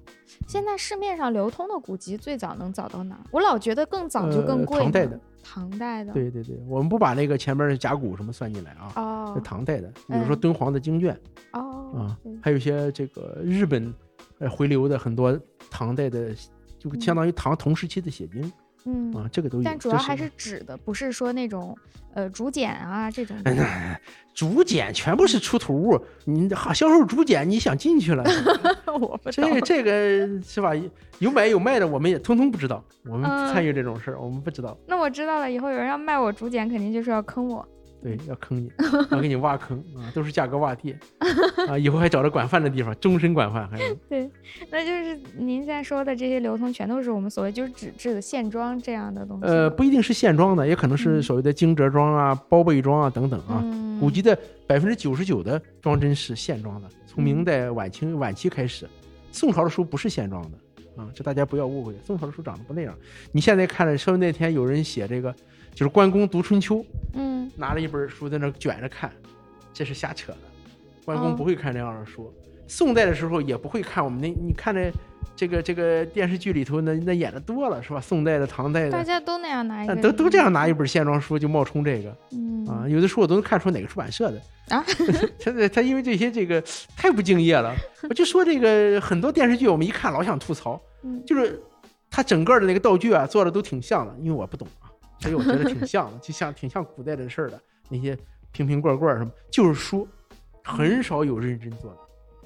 Speaker 1: 现在市面上流通的古籍最早能找到哪儿？我老觉得更早就更
Speaker 2: 呃
Speaker 1: 贵、
Speaker 2: 唐代的，，
Speaker 1: 唐代的，
Speaker 2: 对对对，我们不把那个前面的甲骨什么算进来啊，
Speaker 1: 哦
Speaker 2: 这唐代的，比如说
Speaker 1: 嗯
Speaker 2: 敦煌的经卷
Speaker 1: 哦
Speaker 2: 啊
Speaker 1: 对，
Speaker 2: 还有一些这个日本呃回流的很多唐代的，就
Speaker 1: 嗯
Speaker 2: 相当于唐同时期的写兵
Speaker 1: 嗯，
Speaker 2: 啊，这个都有。
Speaker 1: 但主
Speaker 2: 这
Speaker 1: 要还是纸的，不是说那种呃竹简啊这种。
Speaker 2: 哎那竹简全部是出土物，你好销售竹简，你想进去了？
Speaker 1: 我不懂
Speaker 2: 这这个是吧？有买有卖的，我们也通通不知道，我们
Speaker 1: 嗯
Speaker 2: 不参与这种事儿，我们不知道。
Speaker 1: 那我知道了，以后有人要卖我竹简，肯定就是要坑我。
Speaker 2: 对，要坑你，要给你挖坑啊，都是价格洼地啊，以后还找着管饭的地方，终身管饭还有。
Speaker 1: 对，那就是您现在说的这些流通，全都是我们所谓就是纸质的线装这样的东西。
Speaker 2: 呃，不一定是线装的，也可能是
Speaker 1: 嗯
Speaker 2: 所谓的惊蛰装啊、包被装啊等等啊。
Speaker 1: 嗯，
Speaker 2: 古籍的百分之九十九的装帧是线装的，从明代晚清晚期开始，宋朝的书不是线装的啊，这大家不要误会，宋朝的书长得不那样。你现在看了，稍微那天有人写这个，就是关公读春秋，
Speaker 1: 嗯
Speaker 2: 拿了一本书在那卷着看，这是瞎扯的。关
Speaker 1: 哦
Speaker 2: 公不会看这样的书，宋代的时候也不会看。我们那你看那这个这个电视剧里头那那演的多了是吧？宋代的、唐代
Speaker 1: 大
Speaker 2: 的，
Speaker 1: 家嗯都那样拿一个
Speaker 2: 但
Speaker 1: 礼物，
Speaker 2: 都都这样拿一本线装书就冒充这个
Speaker 1: 嗯
Speaker 2: 啊。有的书我都能看出哪个出版社的
Speaker 1: 啊。
Speaker 2: 他他他因为这些这个太不敬业了，我就说这个很多电视剧我们一看老想吐槽，
Speaker 1: 嗯
Speaker 2: 就是它整个的那个道具啊，做的都挺像的，因为我不懂啊，所以我觉得挺像的，就像挺像古代的事儿的那些瓶瓶罐罐什么，就是书，
Speaker 1: 嗯
Speaker 2: 很少有认真做的，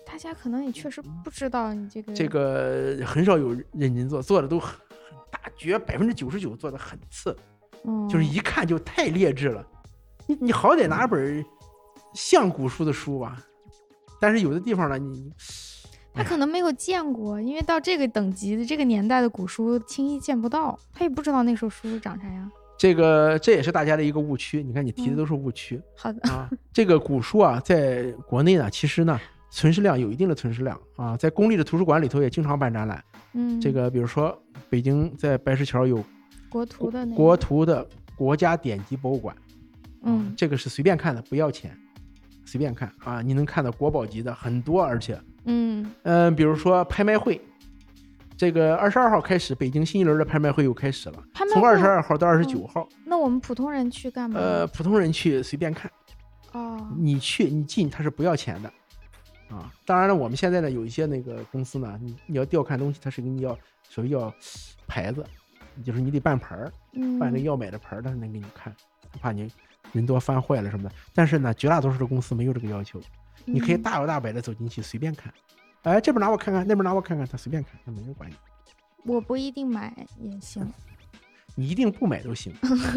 Speaker 1: 大家可能也确实不知道你这个
Speaker 2: 这个很少有认真做，做的都很很大绝百分之九十九做的很次，
Speaker 1: 嗯
Speaker 2: 就是一看就太劣质了。你你好歹拿本像古书的书吧，但是有的地方呢，你
Speaker 1: 他
Speaker 2: 嗯
Speaker 1: 可能没有见过，因为到这个等级的这个年代的古书轻易见不到，他也不知道那时候书长啥样。
Speaker 2: 这个这也是大家的一个误区。你看你提的都是误区，
Speaker 1: 好的，
Speaker 2: 啊，这个古书啊，在国内呢，其实呢，存世量有一定的存世量啊，在公立的图书馆里头也经常办展览。
Speaker 1: 嗯，
Speaker 2: 这个比如说，北京在白石桥有
Speaker 1: 国图的那个
Speaker 2: 国图的国家典籍博物馆，啊
Speaker 1: 嗯
Speaker 2: 这个是随便看的，不要钱，随便看啊，你能看到国宝级的很多，而且，
Speaker 1: 嗯
Speaker 2: 嗯、比如说拍卖会。这个二十二号开始，北京新一轮的拍卖会又开始了，
Speaker 1: 拍卖
Speaker 2: 从
Speaker 1: 会嗯
Speaker 2: 二十二号到二十九号，
Speaker 1: 那我们普通人去干嘛？
Speaker 2: 呃，普通人去随便看。
Speaker 1: 哦，
Speaker 2: 你去你进它是不要钱的，啊，当然了，我们现在呢有一些那个公司呢，你你要调看东西，它是给你要首先要牌子，就是你得办牌儿，
Speaker 1: 嗯，
Speaker 2: 办那个要买的牌儿，它才能给你看，怕你人多翻坏了什么的。但是呢，绝大多数的公司没有这个要求，你可以
Speaker 1: 嗯
Speaker 2: 大摇大摆的走进去随便看，哎，这边拿我看看，那边拿我看看，他随便看，他没人管你。
Speaker 1: 我不一定买也行。
Speaker 2: 你一定不买都行，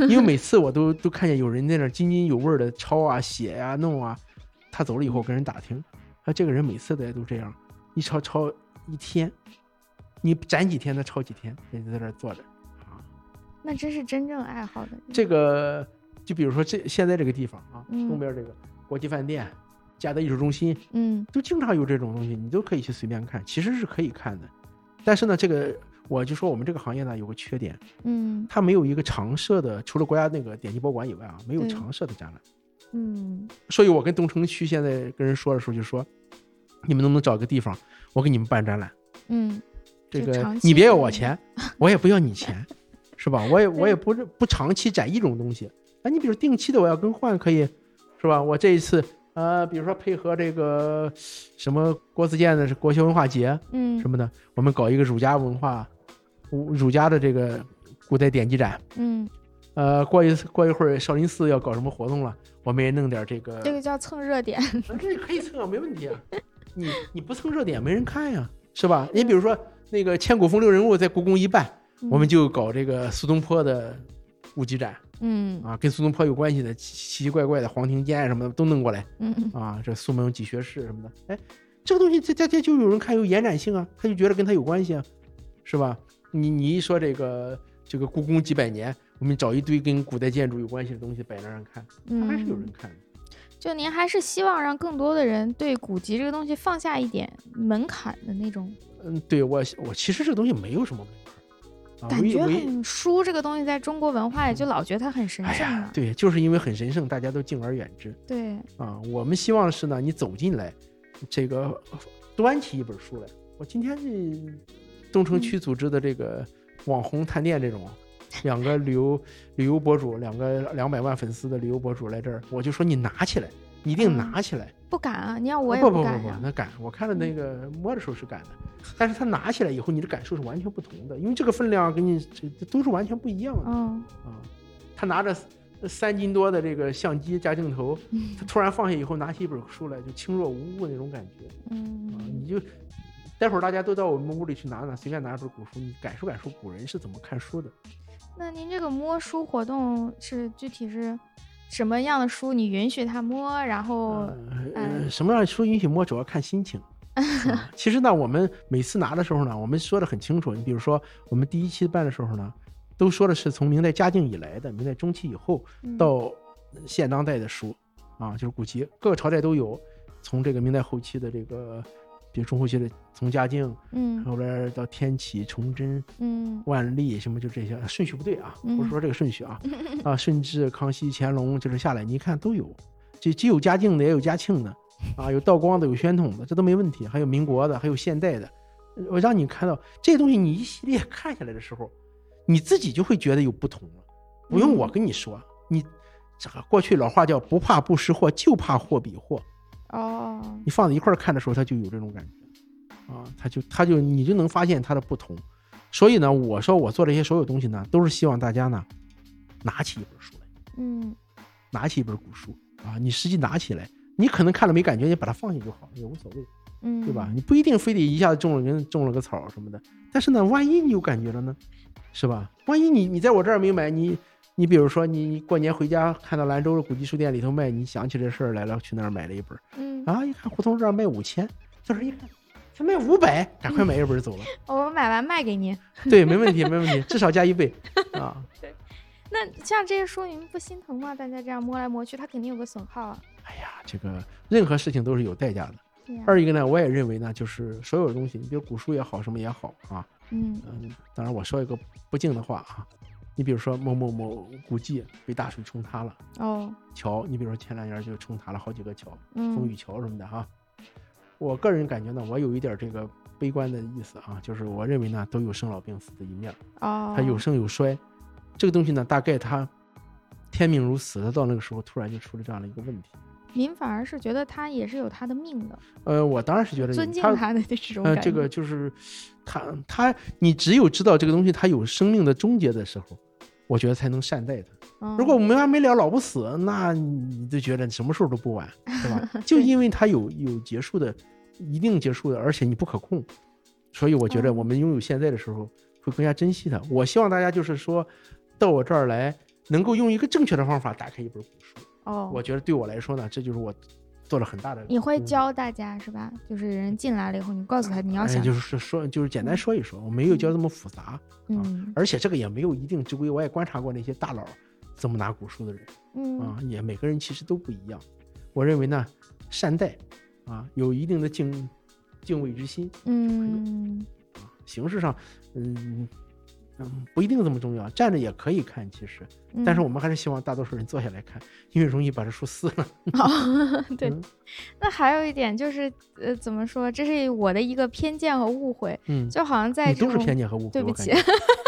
Speaker 2: 因为每次我都都看见有人在那儿津津有味的抄啊、写呀、弄啊。他走了以后，我跟人打听，他这个人每次的都这样，一抄抄一天，你攒几天他抄几天，人家在那儿坐着啊。
Speaker 1: 那真是真正爱好的人。
Speaker 2: 这个就比如说这现在这个地方啊，
Speaker 1: 嗯
Speaker 2: 东边这个国际饭店、嘉德艺术中心，
Speaker 1: 嗯
Speaker 2: 都经常有这种东西，你都可以去随便看，其实是可以看的。但是呢，这个我就说我们这个行业呢有个缺点，
Speaker 1: 嗯
Speaker 2: 它没有一个常设的，除了国家那个典籍博物馆以外啊，没有
Speaker 1: 对
Speaker 2: 常设的展览。
Speaker 1: 嗯
Speaker 2: 所以我跟东城区现在跟人说的时候就说，你们能不能找个地方，我给你们办展览？
Speaker 1: 嗯，
Speaker 2: 这
Speaker 1: 就
Speaker 2: 个
Speaker 1: 长期
Speaker 2: 你别要
Speaker 1: 的
Speaker 2: 我
Speaker 1: 那
Speaker 2: 钱，我也不要你 钱，是吧？我也我也不是不长期展一种东西。哎，你比如定期的我要更换可以，是吧？我这一次呃，比如说配合这个什么郭自健的是国学文化节
Speaker 1: 嗯
Speaker 2: 什么的，我们搞一个儒家文化，儒儒家的这个古代典籍展。
Speaker 1: 嗯，
Speaker 2: 呃，过一过一会儿少林寺要搞什么活动了，我们也弄点这个，
Speaker 1: 这个叫蹭热点。
Speaker 2: 这可以蹭啊，没问题啊。 你你不蹭热点，没人看呀，是吧？你比如说那个千古风流人物在故宫一办， 我们就搞这个苏东坡的舞集展
Speaker 1: 嗯
Speaker 2: 啊，跟苏东坡有关系的奇奇奇怪怪的黄庭坚啊什么的都弄过来
Speaker 1: 嗯嗯
Speaker 2: 啊，这苏门几学士什么的，哎，这个东西在大家就有人看，有延展性啊，他就觉得跟他有关系啊，是吧？你你一说这个这个故宫几百年，我们找一堆跟古代建筑有关系的东西摆那儿让看，
Speaker 1: 嗯，
Speaker 2: 还是有人看的。
Speaker 1: 就您还是希望让更多的人对古籍这个东西放下一点门槛的那种
Speaker 2: 嗯，对我我其实这个东西没有什么门槛儿，啊，
Speaker 1: 感
Speaker 2: 唯一
Speaker 1: 觉
Speaker 2: 唯一
Speaker 1: 很啊书这个东西在中国文化里就老觉得它很神
Speaker 2: 哎
Speaker 1: 圣
Speaker 2: 呀
Speaker 1: 了，。
Speaker 2: 对，就是因为很神圣，大家都敬而远之
Speaker 1: 对，
Speaker 2: 啊。我们希望是呢，你走进来，这个端起一本书来。我今天这东城区组织的这个网红探店这种，
Speaker 1: 嗯
Speaker 2: 两个旅游旅游博主，两个两百万粉丝的旅游博主来这儿，我就说你拿起来，你一定
Speaker 1: 嗯
Speaker 2: 拿起来，
Speaker 1: 不敢啊！你让我也
Speaker 2: 哦不不不
Speaker 1: 敢
Speaker 2: 不
Speaker 1: 呀、，嗯
Speaker 2: 那敢，我看了那个摸的时候是敢的，但是它拿起来以后，你的感受是完全不同的，因为这个分量跟你这这都是完全不一样的
Speaker 1: 嗯，
Speaker 2: 啊。他拿着三斤多的这个相机加镜头，他突然放下以后，拿起一本书来，就轻若无物那种感觉啊。
Speaker 1: 嗯
Speaker 2: 你就待会儿大家都到我们屋里去拿拿，随便拿一本古书，你感受感受古人是怎么看书的。
Speaker 1: 那您这个摸书活动是具体是什么样的书？你允许他摸，然后
Speaker 2: 呃，什么样的书允许摸，主要看心情。啊其实呢，我们每次拿的时候呢，我们说的很清楚。你比如说，我们第一期办的时候呢，都说的是从明代嘉靖以来的、明代中期以后
Speaker 1: 嗯
Speaker 2: 到现当代的书啊，就是古籍，各个朝代都有。从这个明代后期的这个，比如中后期的，从嘉靖
Speaker 1: 嗯
Speaker 2: 后边到天启、崇祯、
Speaker 1: 嗯
Speaker 2: 万历什么，就这些顺序不对啊，
Speaker 1: 嗯
Speaker 2: 不是说这个顺序啊，啊，甚至康熙、乾隆，就是下来你一看都有，这既有嘉靖的，也有嘉庆的，啊，有道光的，有宣统的，这都没问题，还有民国的，还有现代的，呃我让你看到这些东西，你一系列看下来的时候，你自己就会觉得有不同了，不用我跟你说，你这个过去老话叫不怕不识货，就怕货比货，
Speaker 1: 哦
Speaker 2: 你放在一块儿看的时候，它就有这种感觉，啊，它就它就你就能发现它的不同。所以呢，我说我做这些所有东西呢，都是希望大家呢，拿起一本书来，
Speaker 1: 嗯
Speaker 2: 拿起一本古书啊，你实际拿起来，你可能看了没感觉，你把它放下就好，也无所谓，
Speaker 1: 嗯，
Speaker 2: 对吧？？你不一定非得一下子种了根种了个草什么的，但是呢，万一你有感觉了呢，是吧？万一你你在我这儿没买，你你比如说你你过年回家看到兰州的古籍书店里头卖，你想起这事儿来了，去那儿买了一本，
Speaker 1: 嗯，
Speaker 2: 啊，一看胡同这儿卖五千，到这儿一看，才卖五百，赶快买一本儿走了。
Speaker 1: 哦我买完卖给您。
Speaker 2: 对，没问题，没问题，至少加一倍啊！
Speaker 1: 那像这些书，您不心疼吗？大家这样摸来摸去，它肯定有个损耗啊。
Speaker 2: 哎呀，这个任何事情都是有代价的。
Speaker 1: 对呀、
Speaker 2: 二一个呢，我也认为呢，就是所有的东西，你比如古书也好，什么也好啊，
Speaker 1: 嗯
Speaker 2: 嗯，当然我说一个不敬的话啊，你比如说某某某古迹被大水冲塌了，
Speaker 1: 哦
Speaker 2: 桥，你比如说前两年就冲塌了好几个桥，风
Speaker 1: 嗯
Speaker 2: 雨桥什么的哈、我个人感觉呢，我有一点儿这个悲观的意思啊，就是我认为呢，都有生老病死的一面儿。
Speaker 1: 哦，
Speaker 2: 它有盛有衰。这个东西呢，大概它天命如此，它到那个时候突然就出了这样的一个问题。
Speaker 1: 您反而是觉得它也是有它的命的，
Speaker 2: 呃，我当然是觉得有
Speaker 1: 尊敬
Speaker 2: 它，
Speaker 1: 它的 这种
Speaker 2: 呃，
Speaker 1: 感觉。
Speaker 2: 这个就是它它，你只有知道这个东西它有生命的终结的时候，我觉得才能善待它。
Speaker 1: 嗯
Speaker 2: 如果没完没了老不死，那你就觉得什么时候都不晚，对吧？就因为它有有结束的，一定结束的，而且你不可控，所以我觉得
Speaker 1: 嗯
Speaker 2: 我们拥有现在的时候会更加珍惜它。我希望大家就是说到我这儿来，能够用一个正确的方法打开一本古书。
Speaker 1: 哦，
Speaker 2: 我觉得对我来说呢，这就是我做了很大的。
Speaker 1: 你会
Speaker 2: 嗯
Speaker 1: 教大家是吧？就是人进来了以后，你告诉他你要
Speaker 2: 哎，
Speaker 1: 想，
Speaker 2: 就是说说，就是简单说一说，我没有教这么复杂，
Speaker 1: 嗯
Speaker 2: 而且这个也没有一定之规。我也观察过那些大佬怎么拿古书的人。
Speaker 1: 嗯
Speaker 2: 啊，也每个人其实都不一样。我认为呢，善待啊，有一定的敬敬畏之心。
Speaker 1: 嗯
Speaker 2: 啊，形式上，嗯嗯，不一定这么重要，站着也可以看，其实。
Speaker 1: 嗯，
Speaker 2: 但是我们还是希望大多数人坐下来看，因为容易把这书撕了。
Speaker 1: 对
Speaker 2: 嗯
Speaker 1: 那还有一点就是，呃，怎么说？这是我的一个偏见和误会，
Speaker 2: 嗯，
Speaker 1: 就好像在
Speaker 2: 你
Speaker 1: 这
Speaker 2: 都是
Speaker 1: 种，
Speaker 2: 偏见和误会，
Speaker 1: 对不
Speaker 2: 我感
Speaker 1: 起
Speaker 2: 觉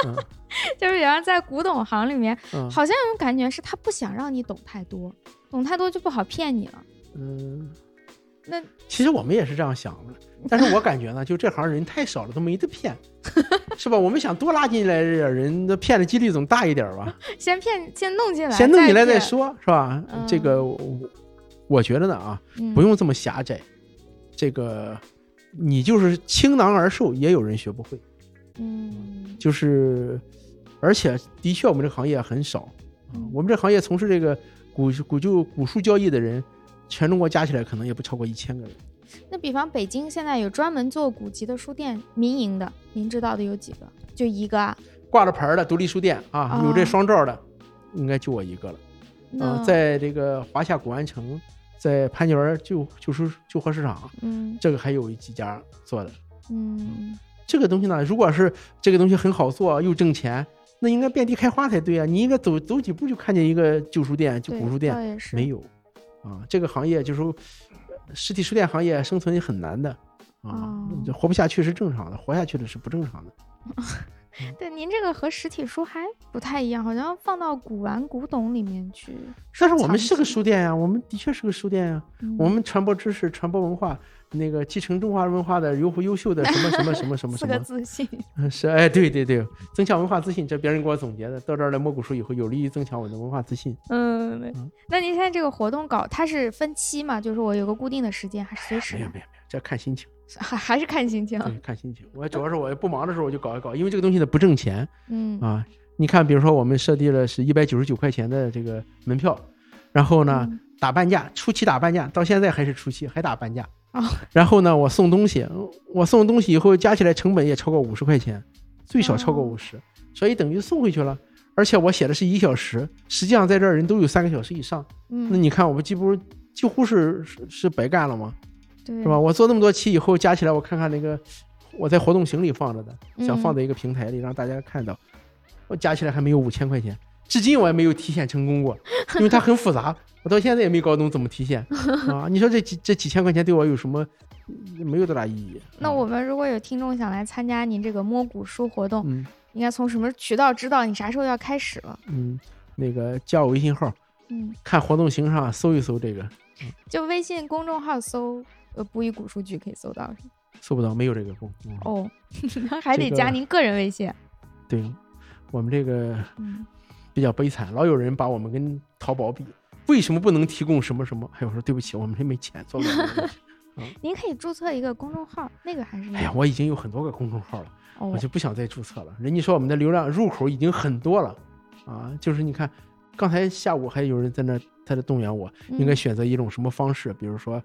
Speaker 1: 就是好像在古董行里面，
Speaker 2: 嗯
Speaker 1: 好像有种感觉是他不想让你懂太多，懂太多就不好骗你了。
Speaker 2: 嗯。
Speaker 1: 那
Speaker 2: 其实我们也是这样想的，但是我感觉呢，就这行人太少了，都没 得骗，是吧？我们想多拉进来点儿人，那骗的几率总大一点儿吧？
Speaker 1: 先骗，先弄进来，
Speaker 2: 先弄进来再
Speaker 1: 骗，
Speaker 2: 说，是吧？
Speaker 1: 嗯
Speaker 2: 这个我我觉得呢啊，
Speaker 1: 嗯
Speaker 2: 不用这么狭窄。这个你就是倾囊而授，也有人学不会。
Speaker 1: 嗯
Speaker 2: 就是，而且的确，我们这个行业很少啊
Speaker 1: 嗯。
Speaker 2: 我们这行业从事这个古古旧古书交易的人，全中国加起来可能也不超过一千个人。
Speaker 1: 那比方北京现在有专门做古籍的书店，民营的，您知道的有几个？就一个啊。
Speaker 2: 挂着牌儿的独立书店啊，有这
Speaker 1: 哦
Speaker 2: 双照的，应该就我一个了。
Speaker 1: 那、
Speaker 2: 啊，在这个华夏古玩城，在潘家园旧旧书旧货市场，
Speaker 1: 嗯
Speaker 2: 这个还有几家做的。
Speaker 1: 嗯
Speaker 2: 这个东西呢，如果是这个东西很好做又挣钱，那应该遍地开花才对啊！你应该走走几步就看见一个旧书店、就
Speaker 1: 对，
Speaker 2: 古书店
Speaker 1: 倒，也是
Speaker 2: 没有啊。这个行业就是说呃实体书店行业生存也很难的啊
Speaker 1: 哦，
Speaker 2: 这活不下去是正常的，活下去的是不正常的。
Speaker 1: 对，您这个和实体书还不太一样，好像放到古玩古董里面去。
Speaker 2: 但是我
Speaker 1: 藏
Speaker 2: 们是个
Speaker 1: 起
Speaker 2: 书店呀、啊我们的确是个书店呀、
Speaker 1: 嗯
Speaker 2: 我们传播知识、传播文化，那个继承中华文化的优优秀的什么什么什么什么
Speaker 1: 四
Speaker 2: 什
Speaker 1: 个
Speaker 2: 么，
Speaker 1: 自信，
Speaker 2: 嗯是哎，对对对，增强文化自信，这别人给我总结的。到这儿来摸古书以后，有利于增强我的文化自信。
Speaker 1: 嗯，对
Speaker 2: 嗯
Speaker 1: 那您现在这个活动搞，它是分期嘛？就是我有个固定的时间，还是随时
Speaker 2: 没有没嗯有没有，这看心情，
Speaker 1: 还还是看心情？
Speaker 2: 对，看心情。我主要是我不忙的时候我就搞一搞，因为这个东西它不挣钱
Speaker 1: 嗯
Speaker 2: 啊。你看，比如说我们设定了是一百九十九块钱的这个门票，然后呢、
Speaker 1: 嗯
Speaker 2: 打半价，初期打半价，到现在还是初期还打半价。
Speaker 1: 哦
Speaker 2: 然后呢，我送东西，我送东西以后加起来成本也超过五十块钱，最少超过
Speaker 1: 哦
Speaker 2: 五十、所以等于送回去了。而且我写的是一小时，实际上在这儿人都有三个小时以上。那
Speaker 1: 嗯，
Speaker 2: 你看，我们几乎几乎是是是白干了吗？
Speaker 1: 对，
Speaker 2: 是吧？？我做那么多期以后，加起来我看看那个我在活动型里放着的，想放
Speaker 1: 嗯
Speaker 2: 在一个平台里让大家看到，我加起来还没有五千块钱，至今我也没有提现成功过，因为它很复杂， 我到现在也没搞懂怎么 提现啊！你说这几这几千块钱对我有什么？没有多大意义。
Speaker 1: 那
Speaker 2: 嗯
Speaker 1: 我们如果有听众想来参加您这个摸古书活动，
Speaker 2: 嗯
Speaker 1: 应该从什么渠道知道你啥时候要开始了？
Speaker 2: 嗯，那个加我微信号，
Speaker 1: 嗯，
Speaker 2: 看活动型上搜一搜这个，
Speaker 1: 就微信公众号搜“呃不以古书局”可以搜到。
Speaker 2: 搜不到没有这个功。嗯、
Speaker 1: 哦， 还得
Speaker 2: 这个
Speaker 1: 加您个人微信。
Speaker 2: 对，我们这个
Speaker 1: 嗯，
Speaker 2: 比较悲惨，老有人把我们跟淘宝比，为什么不能提供什么什么？哎呦，我说对不起，我们这没钱做不了这个东西。
Speaker 1: 您可以注册一个公众号，那个还是
Speaker 2: 哎呀，我已经有很多个公众号了，
Speaker 1: 哦
Speaker 2: 我就不想再注册了。人家说我们的流量入口已经很多了，啊，就是你看，刚才下午还有人在那儿在那动员我，应该
Speaker 1: 嗯
Speaker 2: 选择一种什么方式，比如说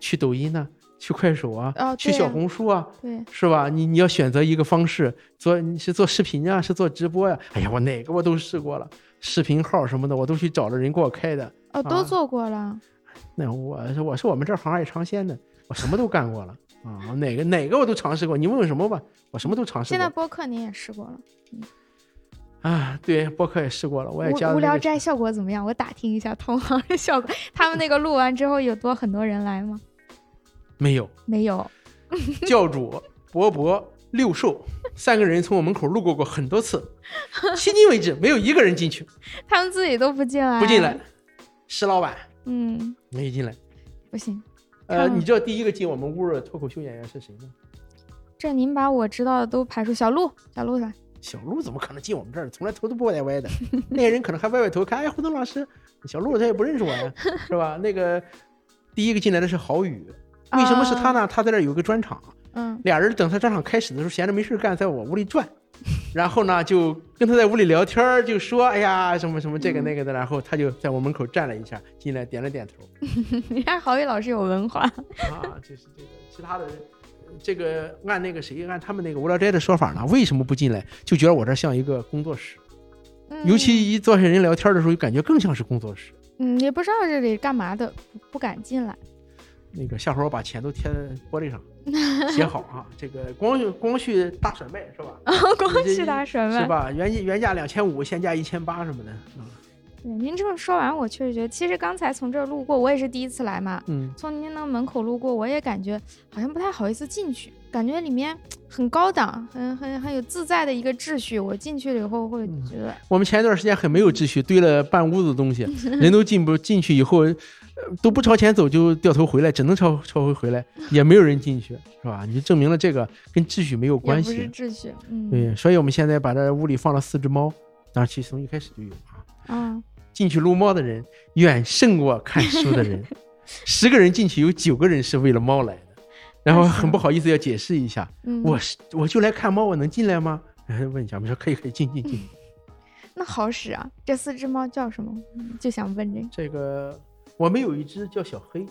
Speaker 2: 去抖音呢、去快手啊，
Speaker 1: 哦
Speaker 2: 去
Speaker 1: 对
Speaker 2: 小
Speaker 1: 呀
Speaker 2: 红书啊，
Speaker 1: 对，
Speaker 2: 是吧？你你要选择一个方式做，你是做视频啊，是做直播呀、哎呀，我哪个我都试过了，视频号什么的我都去找了人给我开的。
Speaker 1: 哦
Speaker 2: 啊
Speaker 1: 都做过了。
Speaker 2: 那我是我是我们这行爱尝鲜的，我什么都干过了啊，我哪个哪个我都尝试过。你问问什么吧，我什么都尝试
Speaker 1: 现在播
Speaker 2: 过。
Speaker 1: 客您也试过了，
Speaker 2: 啊，对，播客也试过了，我也加
Speaker 1: 无
Speaker 2: 了
Speaker 1: 无
Speaker 2: 那
Speaker 1: 聊
Speaker 2: 个
Speaker 1: 斋效果怎么样？我打听一下同行的效果，他们那个录完之后有多很多人来吗？
Speaker 2: 没有
Speaker 1: 没有，
Speaker 2: 教主博博六兽三个人从我门口路过过很多次，迄今为止没有一个人进去，
Speaker 1: 他们自己都不进来，
Speaker 2: 不进来。。石老板
Speaker 1: 嗯，
Speaker 2: 没进来。
Speaker 1: 不行，
Speaker 2: 呃，
Speaker 1: 看
Speaker 2: 你知道第一个进我们屋的脱口秀演员是谁吗？
Speaker 1: 这您把我知道的都排除。小鹿，小鹿来，
Speaker 2: 小鹿怎么可能进我们这儿？从来头都不歪歪的。 那些人可能还歪歪头看，哎，胡东老师，小鹿他也不认识我呀，是吧？那个第一个进来的是郝宇，为什么是他呢？他在这儿有个专场，
Speaker 1: 嗯，
Speaker 2: 俩人等他专场开始的时候，闲着没事干，在我屋里转，然后呢就跟他在屋里聊天儿，就说哎呀什么什么这个那个的，然后他就在我门口站了一下，进来点了点头。
Speaker 1: 人家郝宇老师有文化，
Speaker 2: 啊，就是这个，其他的人，呃这个按那个谁，按他们那个无聊斋的说法呢，为什么不进来？就觉得我这像一个工作室，
Speaker 1: 嗯
Speaker 2: 尤其一坐下人聊天的时候，就感觉更像是工作室。
Speaker 1: 嗯也不知道这里干嘛的，不不敢进 来。
Speaker 2: 那个下回我把钱都贴在玻 璃上写好啊，这个光绪光绪大甩卖是吧？
Speaker 1: 光
Speaker 2: 这
Speaker 1: 绪大甩
Speaker 2: 是
Speaker 1: 卖。
Speaker 2: 吧？原价原价两千五，现价一千八什么的。嗯
Speaker 1: 对您这么说完，我确实觉得，其实刚才从这儿路过，我也是第一次来嘛，
Speaker 2: 嗯，
Speaker 1: 从您那门口路过，我也感觉好像不太好意思进去，感觉里面很高档，很很很有自在的一个秩序。我进去了以后会
Speaker 2: 嗯
Speaker 1: 觉得，
Speaker 2: 我们前一段时间很没有秩序，堆了半屋子 东西，人都进不进去以后。呃都不朝前走就掉头回来，只能朝朝回回来，也没有人进去，是吧？你就证明了这个跟秩序没有
Speaker 1: 也
Speaker 2: 关
Speaker 1: 不是
Speaker 2: 系。
Speaker 1: 秩序，嗯
Speaker 2: 对，所以我们现在把这屋里放了四只猫，当然其实从一开始就有啊。
Speaker 1: 啊，
Speaker 2: 进去撸猫的人远胜过看书的 人，十个人进去有九个人是为了猫来的，然后很不好意思要解释一下，
Speaker 1: 嗯，
Speaker 2: 我是我就来看猫，我能进来吗？然后问一下，我们说可以可以进进进。
Speaker 1: 嗯那好使啊！这四只猫叫什么？嗯就想问这个
Speaker 2: 这个我们有一只叫小黑，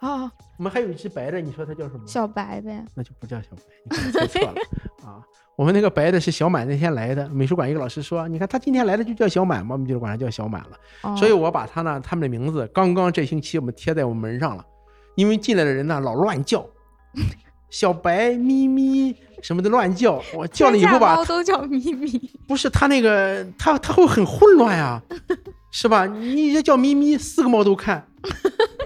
Speaker 1: 啊，
Speaker 2: 我们还有一只白的，你说它叫什么？
Speaker 1: 小白呗，
Speaker 2: 那就不叫小白，你可能猜 错了啊。我们那个白的是小满那天来的，美术馆一个老师说，你看他今天来的就叫小满嘛，我们就管他叫小满了。
Speaker 1: 哦、
Speaker 2: 所以我把他呢，他们的名字刚刚这星期我们贴在我们门上了，因为进来的人呢老乱叫，小白、咪咪什么的乱叫，我叫了以后
Speaker 1: 天下
Speaker 2: 吧
Speaker 1: 猫，都叫咪咪，
Speaker 2: 不是他那个他啊 他会很混乱呀、是吧？你这叫咪咪，四个猫都看。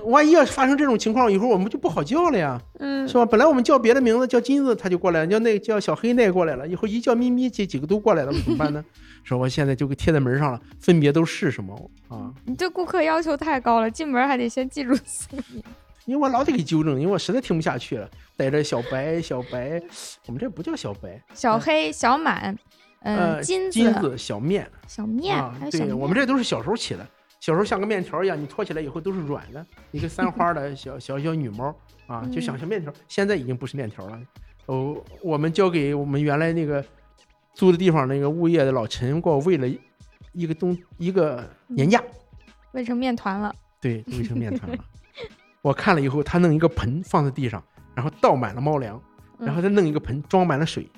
Speaker 2: 万一要是发生这种情况，以后我们就不好叫了呀，
Speaker 3: 嗯
Speaker 2: 是，吧？本来我们叫别的名字，叫金子他就过来了，叫那叫小黑那过来了，以后一叫咪咪，这几个都过来了，怎么 办呢？说我现在就给贴在门上了，分别都是什么啊？
Speaker 3: 你对顾客要求太高了，进门还得先记住四个名。
Speaker 2: 因为我老得给纠正，因为我实在听不下去了。逮着小白，小白，我们这不叫小白，
Speaker 3: 小黑、小满，嗯，
Speaker 2: 哎呃，
Speaker 3: 金
Speaker 2: 金子小面
Speaker 3: 小面，
Speaker 2: 啊
Speaker 3: 还有，小
Speaker 2: 对
Speaker 3: 面，
Speaker 2: 我们这都是小时候起的，小时候像个面条一样，你托起来以后都是软的，一个三花 的小小小女猫啊，就
Speaker 3: 嗯
Speaker 2: 想像面条，现在已经不是面条了。哦，我们交给我们原来那个租的地方那个物业的老陈，给我喂了一一个冬一个年假，
Speaker 3: 喂成面团了。
Speaker 2: 对，喂成面团了。我看了以后，他弄一个盆放在地上，然后倒满了猫粮，
Speaker 3: 嗯
Speaker 2: 然后再弄一个盆装满 了水。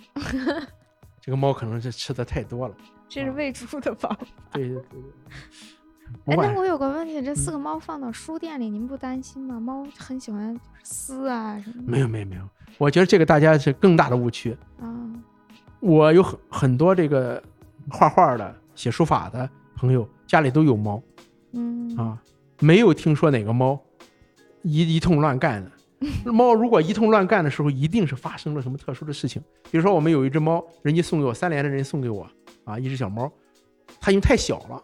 Speaker 2: 这个猫可能是吃的太多了，
Speaker 3: 这是喂猪的吧？
Speaker 2: 对。对对
Speaker 3: 哎，
Speaker 2: 我 晚
Speaker 3: 那我有个问题，这
Speaker 2: 嗯
Speaker 3: 四个猫放到书店里，您不担心吗？猫很喜欢撕啊什么
Speaker 2: 没有没有没有，我觉得这个大家是更大的误区。
Speaker 3: 的啊。
Speaker 2: 我有很很多这个画画的、写书法的朋友，家里都有猫
Speaker 3: 嗯，
Speaker 2: 啊，没有听说哪个猫一一通乱干的。猫如果一通乱干的时候，一定是发生了什么特殊的事情。比如说，我们有一只猫，人家送给我三连的人送给我啊，一只小猫，它因为太小了，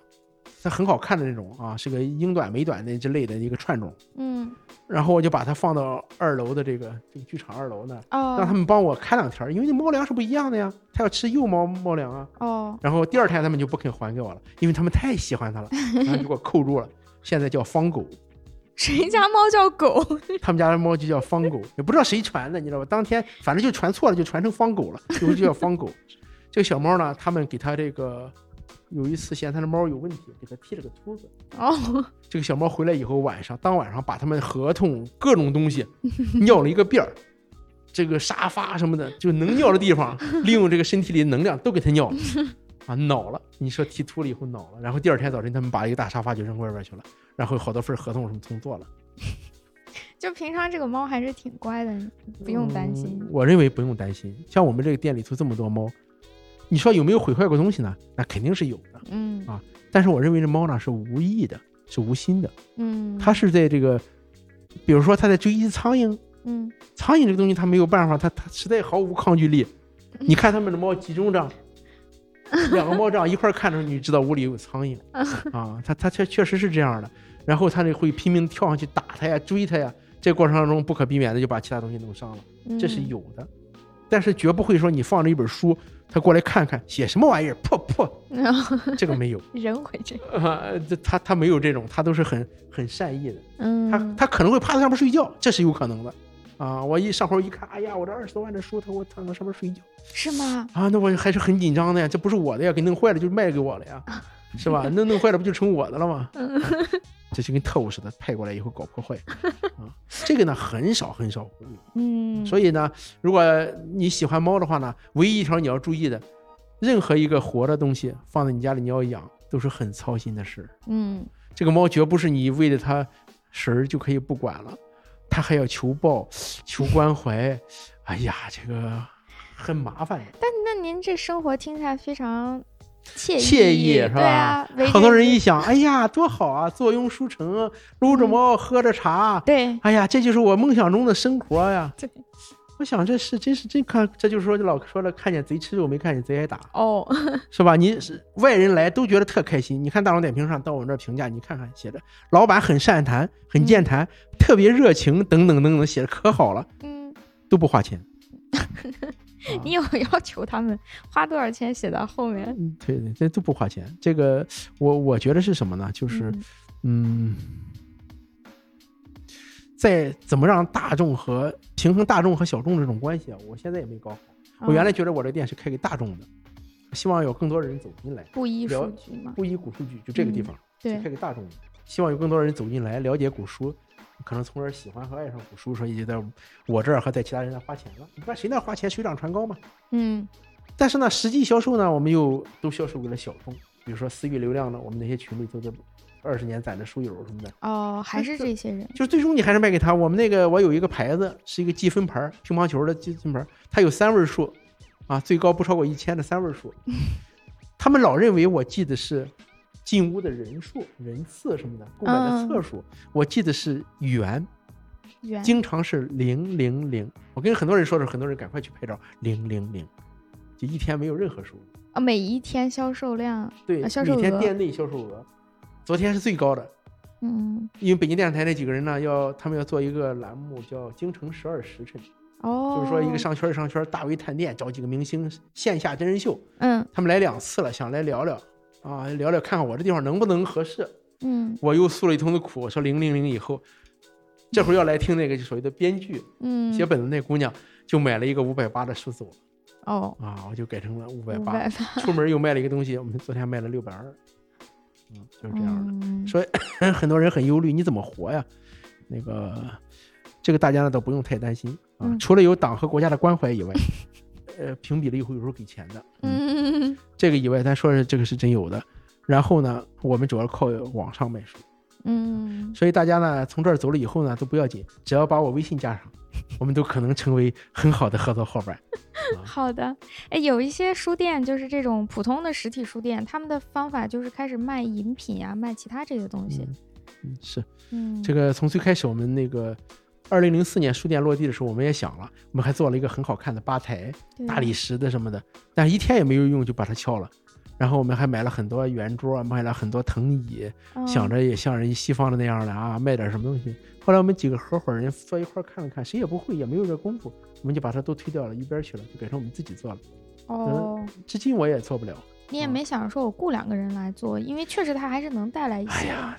Speaker 2: 它很好看的那种啊，是个英短、美短那之类的一个串种。
Speaker 3: 嗯，
Speaker 2: 然后我就把它放到二楼的这个这个剧场二楼那儿，让他
Speaker 3: 哦
Speaker 2: 们帮我看两条，因为那猫粮是不一样的呀，它要吃幼猫猫粮啊。
Speaker 3: 哦，
Speaker 2: 然后第二胎他们就不肯还给我了，因为他们太喜欢它了，然后就给我扣住了。现在叫方狗，
Speaker 3: 谁家猫叫狗？
Speaker 2: 他们家的猫就叫方狗，也不知道谁传的，你知道吧？当天反正就传错了，就传成方狗了，以后就叫方狗。 这个小猫呢，他们给它这个有一次嫌它的猫有问题，给它剃了个秃子。
Speaker 3: 哦，
Speaker 2: 这个小猫回来以后，晚上当晚上把他们合同各种东西尿了一个遍儿，这个沙发什么的，就能尿的地方， 利用这个身体里的能量都给它尿了，啊，恼了。你说提秃了以后恼了，然后第二天早晨他们把一个大沙发就扔外边去了，然后好多份合同什么重做了，
Speaker 3: 就平常这个猫还是挺乖的，你不用担心
Speaker 2: 嗯。我认为不用担心，像我们这个店里头这么多猫，你说有没有毁坏过东西呢？那肯定是有的，
Speaker 3: 嗯
Speaker 2: 啊但是我认为这猫呢是无意的，是无心的，
Speaker 3: 嗯，
Speaker 2: 它是在这个，比如说它在追一只苍蝇。
Speaker 3: 嗯
Speaker 2: 苍蝇这个东西它没有办法，它它实在毫无抗拒力。
Speaker 3: 嗯
Speaker 2: 你看它们的猫集 中着，两个猫这样一块儿看着，你就知道屋里有苍蝇
Speaker 3: 嗯
Speaker 2: 啊，它它确确实是这样的。然后它这会拼命跳上去打它呀、追它呀，这过程当中不可避免的就把其他东西弄伤了，
Speaker 3: 嗯，
Speaker 2: 这是有的。但是绝不会说你放着一本书，它过来看看写什么玩意儿，破破，
Speaker 3: 嗯
Speaker 2: 这个没有
Speaker 3: 人会这样。
Speaker 2: 啊，这它它没有这种，它都是很很善意的。他
Speaker 3: 嗯，
Speaker 2: 他可能会趴在上面睡觉，这是有可能的。啊，我一上头一看，哎呀，我这二十多万的书，他给我躺在上面睡觉
Speaker 3: 是吗？
Speaker 2: 啊，那我还是很紧张的呀，这不是我的呀，给弄坏了就卖给我了 呀，是吧？那弄坏了不就成我的了吗？
Speaker 3: 嗯
Speaker 2: 啊这就跟特务似的，派过来以后搞破坏啊，这个呢很少很少会有
Speaker 3: 嗯，
Speaker 2: 所以呢，如果你喜欢猫的话呢，唯一一条你要注意的，任何一个活的东西放在你家里你要养，都是很操心的事儿。
Speaker 3: 嗯
Speaker 2: 这个猫绝不是你喂了它食儿就可以不管了，它还要求 抱、求关怀。哎呀，这个很麻烦的。
Speaker 3: 但那您这生活听起来非常惬意，
Speaker 2: 惬意是吧？
Speaker 3: 对啊，围
Speaker 2: 好
Speaker 3: 着
Speaker 2: 多人
Speaker 3: 你
Speaker 2: 一想，哎呀，多好啊，坐拥书城，撸着猫，喝着茶，
Speaker 3: 对，
Speaker 2: 哎呀，这就是我梦想中的生活呀。
Speaker 3: 对，
Speaker 2: 我想这是真是真看，这就是说老说了，看见贼吃肉没看见贼挨打，
Speaker 3: 哦，
Speaker 2: 是吧？你是外人来都觉得特开心。你看大众点评上到我们这儿评价，你看看写着老板很善谈，很健谈，特别热情，等等等等，写的可好了，
Speaker 3: 嗯，
Speaker 2: 都不花钱。啊
Speaker 3: 你有要求他们花多少钱写到后面？
Speaker 2: 嗯对对，这都不花钱。这个我我觉得是什么呢？就是
Speaker 3: 嗯
Speaker 2: 嗯，在怎么让大众和平衡大众和小众这种关系啊，我现在也没搞好。我
Speaker 3: 嗯
Speaker 2: 原来觉得我这店是开给大众的，希望有更多人走进来，
Speaker 3: 布衣
Speaker 2: 聊
Speaker 3: 数据嘛，
Speaker 2: 不依古书局就这个地
Speaker 3: 嗯
Speaker 2: 方。
Speaker 3: 对
Speaker 2: 是开，给大众的，希望有更多人走进来了解古书，可能从而喜欢和爱上古书，所以就在我这儿和在其他人那儿花钱了。你看谁那儿花钱，水涨船高嘛。
Speaker 3: 嗯
Speaker 2: 但是呢，实际销售呢，我们又都销售给了小众，比如说私域流量呢，我们那些群里头的二十年攒的书友什么的，
Speaker 3: 哦，还是这些人，
Speaker 2: 就是最终你还是卖给他。我们那个我有一个牌子，是一个积分牌儿，乒乓球的积分牌儿，它有三位数， 啊，最高不超过一千的三位数。他们老认为我记的是进屋的人数、人次什么的，购买的
Speaker 3: 嗯哎
Speaker 2: 册数，我记得是元，
Speaker 3: 元
Speaker 2: 经常是零零零。我跟很多人说的时候，很多人赶快去拍照，零零零，就一天没有任何收入。
Speaker 3: 啊，每一天销售量，
Speaker 2: 对，
Speaker 3: 啊销
Speaker 2: 每
Speaker 3: 售
Speaker 2: 天
Speaker 3: 额
Speaker 2: 店内销售额，昨天是最高的，
Speaker 3: 嗯，
Speaker 2: 因为北京电视台那几个人呢，要他们要做一个栏目叫《京城十二时辰》，
Speaker 3: 哦，
Speaker 2: 就是说一个，上圈儿一上圈儿大 V 探店，找几个明星线下真人秀，
Speaker 3: 嗯
Speaker 2: 他们来两次了，想来聊聊啊，聊聊看看我这地方能不能合适。
Speaker 3: 嗯
Speaker 2: 我又诉了一通的苦，我说零零零以后，这会儿要来听那个就所谓的编剧
Speaker 3: 嗯，
Speaker 2: 写本子那姑娘，就买了一个五百八的书走
Speaker 3: 哦，
Speaker 2: 啊，我就改成了五百
Speaker 3: 五
Speaker 2: 八
Speaker 3: 百，八，
Speaker 2: 出门又卖了一个东西，我们昨天卖了六百二，嗯，就是这样的。
Speaker 3: 嗯
Speaker 2: 说 很多人很忧虑，你怎么活呀？那个，这个大家呢倒不用太担心啊，
Speaker 3: 嗯
Speaker 2: 除了有党和国家的关怀以外，呃，评比了以后有时候给钱的，
Speaker 3: 嗯
Speaker 2: 这个以外，咱说是这个是真有的。然后呢，我们主要靠网上卖书，
Speaker 3: 嗯，
Speaker 2: 所以大家呢从这儿走了以后呢都不要紧，只要把我微信加上，我们都可能成为很好的合作伙伴。嗯
Speaker 3: 好的，哎，有一些书店就是这种普通的实体书店，他们的方法就是开始卖饮品呀、卖其他这些东西
Speaker 2: 嗯，嗯，是
Speaker 3: 嗯，
Speaker 2: 这个从最开始我们那个。二零零四年书店落地的时候，我们也想了，我们还做了一个很好看的吧台，
Speaker 1: 嗯
Speaker 3: 对
Speaker 2: 大理石的什么的，但是一天也没有用，就把它撬了。然后我们还买了很多圆桌，啊买了很多藤椅，
Speaker 1: 哦
Speaker 3: 嗯
Speaker 2: 想，着也像人西方的那样的啊，卖点什么东西。后来我们几个合伙人坐一块儿看了看，谁也不会，也没有这功夫，我们就把它都推掉了，一边去了，就改成我们自己做了。
Speaker 3: 嗯哦，
Speaker 2: 至今我也做不了。
Speaker 3: 你也没想着说我雇两个人来做，因为确实它还是能带来一
Speaker 2: 哎
Speaker 3: 些
Speaker 2: 呀，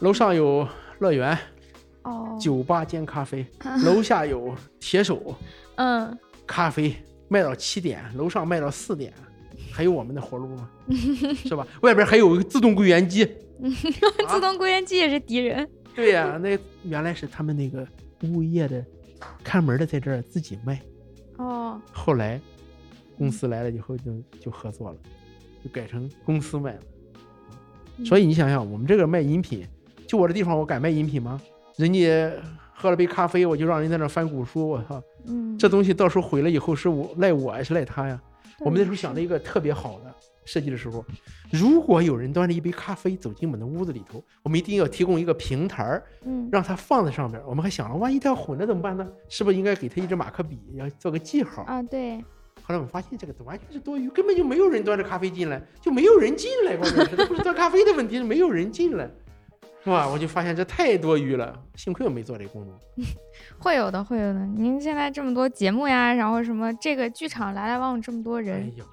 Speaker 2: 楼上有乐园、
Speaker 3: 哦，
Speaker 2: 酒吧兼咖啡，楼下有铁手啊
Speaker 3: 嗯，
Speaker 2: 咖啡，卖到七点，楼上卖到四点，还有我们的活路吗？是吧？外边还有一个自动柜员机。
Speaker 3: 自动柜员机也是敌 人，
Speaker 2: 对呀、那原来是他们那个物业的看门的在这儿自己卖，
Speaker 3: 哦，
Speaker 2: 后来公司来了以后就就合作了，就改成公司卖了。所以你想想，我们这个卖饮品，就我这地方我敢卖饮品吗？人家喝了杯咖啡，我就让人在那儿翻古书，我操，
Speaker 3: 嗯，
Speaker 2: 这东西到时候毁了以后是我赖我还是赖他呀？我们那时候想了
Speaker 3: 的，
Speaker 2: 一个特别好的设计的时候，如果有人端着一杯咖啡走进我们的屋子里头，我们一定要提供一个平台儿，
Speaker 3: 嗯，
Speaker 2: 让它放在上边儿。我们还想了，万一它要混了怎么办呢？是不是应该给它一支马克笔，要做个记号？
Speaker 3: 啊，对，
Speaker 2: 后来我们发现这个完全是多余，根本就没有人端着咖啡进来，就没有人进来。关键是这不是端咖啡的问题，是没有人进来，是吧？我就发现这太多余了。幸亏我没做这个功能。
Speaker 3: 会有的，会有的。您现在这么多节目呀，然后什么这个剧场来来往往这么多
Speaker 2: 哎
Speaker 3: 人，
Speaker 2: 呦，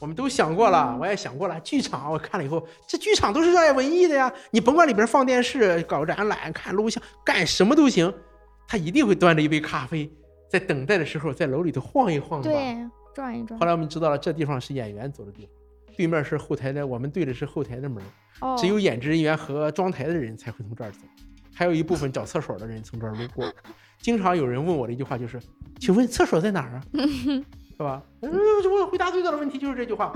Speaker 2: 我们都想过了，
Speaker 3: 嗯
Speaker 2: 我也想过了。剧场我看了以后，这剧场都是热爱文艺的呀，你甭管里边放电视、搞展览、看录像，干什么都行。他一定会端着一杯咖啡，在等待的时候在楼里头晃哎一晃吧。
Speaker 3: 对，转一转
Speaker 2: 后。来我们知道了，这地方是演员走的地方，对面是后台的，我们对的是后台的门，
Speaker 3: 哦，
Speaker 2: 只有演职人员和装台的人才会从这儿走，还有一部分找厕所的人从这儿路过。经常有人问我的一句话就是：“请问厕所在哪儿啊？”是吧？嗯，我回答最大的问题就是这句话。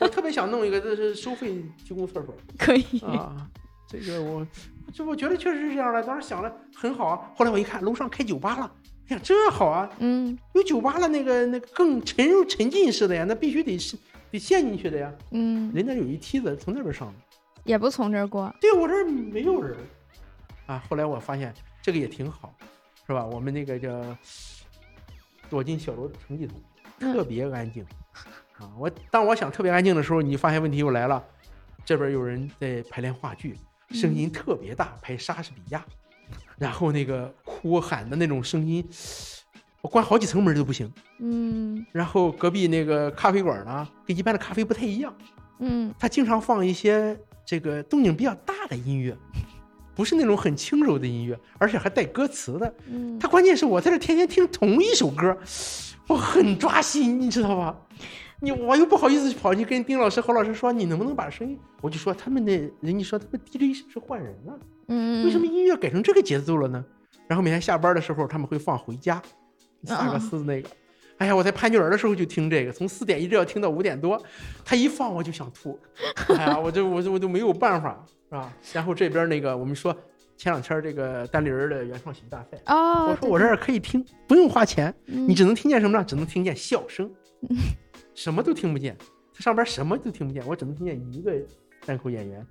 Speaker 2: 我特别想弄一个，这是收费提供厕所。
Speaker 3: 可以。
Speaker 2: 啊，这个我这我觉得确实是这样的。当时想了很好啊，后来我一看楼上开酒吧了，哎呀，这好啊，
Speaker 3: 嗯
Speaker 2: 有酒吧了，那个那个更沉入沉浸式的呀，那必须得是得陷进去的呀。
Speaker 3: 嗯，
Speaker 2: 人家有一梯子从那边上的，
Speaker 3: 也不从这儿过。
Speaker 2: 对我这儿没有人啊。后来我发现这个也挺好，是吧？我们那个叫躲进小楼的成绩筒
Speaker 3: 嗯
Speaker 2: 特别安静、啊。我当我想特别安静的时候，你发现问题又来了，这边有人在排练话剧，声音特别大，排莎士比亚， 然后那个哭喊的那种声音，我关好几层门都不行。
Speaker 3: 嗯
Speaker 2: 然后隔壁那个咖啡馆呢，跟一般的咖啡不太一样，
Speaker 3: 嗯
Speaker 2: 它经常放一些这个动静比较大的音乐，不是那种很轻柔的音乐，而且还带歌词的。
Speaker 3: 嗯
Speaker 2: 它，关键是我在这天天听同一首歌，我很抓心，你知道吧？你我又不好意思跑去跟丁老师、侯老师说，你能不能把声音？我就说他们那人家说他们 DJ 是不是换人了？
Speaker 3: 嗯，
Speaker 2: 为什么音乐改成这个节奏了呢？然后每天下班的时候他们会放《回家》，
Speaker 3: 啊
Speaker 2: 萨克斯那个。哎呀，我在潘家园的时候就听这个，从四点一直要听到五点多，他一放我就想 吐，哎呀，我就我就我就没有办法，是吧？然后这边那个我们说前两天这个单立人的原创喜剧大赛，
Speaker 3: 哦，
Speaker 2: 我说
Speaker 3: 对
Speaker 2: 我这儿可以听，不用花钱，
Speaker 3: 嗯
Speaker 2: 你只能听见什么呢？只能听见笑声，什么都听不见。上边什么都听不见，我只能听见一个单口演员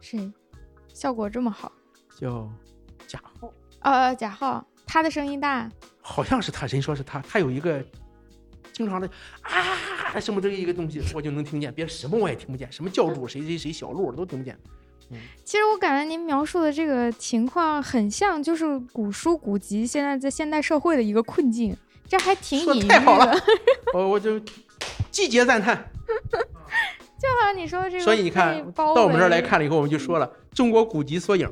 Speaker 1: 谁？效果这么好？
Speaker 2: 叫贾浩，
Speaker 1: 呃，贾浩，他的声音大，
Speaker 2: 好像是他，人说是他，他有一个经常的啊什么这一个东西，我就能听见，别什么我也听不见，什么教主谁谁谁小鹿我都听不见。
Speaker 1: 其实我感觉您描述的这个情况很像，就是古书古籍现在在现代社会的一个困境，这还挺
Speaker 2: 说得
Speaker 1: 隐喻
Speaker 2: 太好了
Speaker 1: 的。
Speaker 2: 我我就季节赞叹。
Speaker 1: 就好像你说的这个，
Speaker 2: 所以你看，
Speaker 1: 包
Speaker 2: 到我们这儿
Speaker 1: 围嗯
Speaker 2: 来，看了以后，我们就说了中国古籍缩影。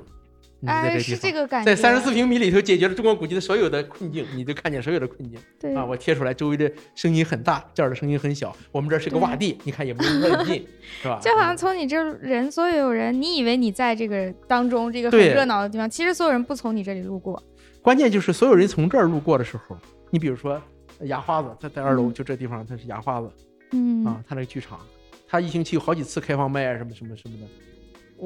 Speaker 2: 你就在
Speaker 1: 哎，
Speaker 2: 这地
Speaker 1: 是
Speaker 2: 方。
Speaker 1: 这个感觉，
Speaker 2: 在三十四平米里头解决了中国古籍的所有的困境，你就看见所有的困境
Speaker 1: 对
Speaker 2: 啊！我贴出来，周围的声音很大，这儿的声音很小。我们这儿是个
Speaker 1: 对
Speaker 2: 洼地，你看也没有 很近，是吧？
Speaker 1: 就好像从你这人所有人，你以为你在这个当中这个很
Speaker 2: 对
Speaker 1: 热闹的地方，其实所有人不从你这里路过。
Speaker 2: 关键就是所有人从这儿路过的时候，你比如说呃牙花子，他在二楼
Speaker 1: 嗯
Speaker 2: 就这地方，他是牙花子
Speaker 1: 嗯，
Speaker 2: 啊，他那个剧场，他一星期有好几次开放麦啊，什么什么什么的，哦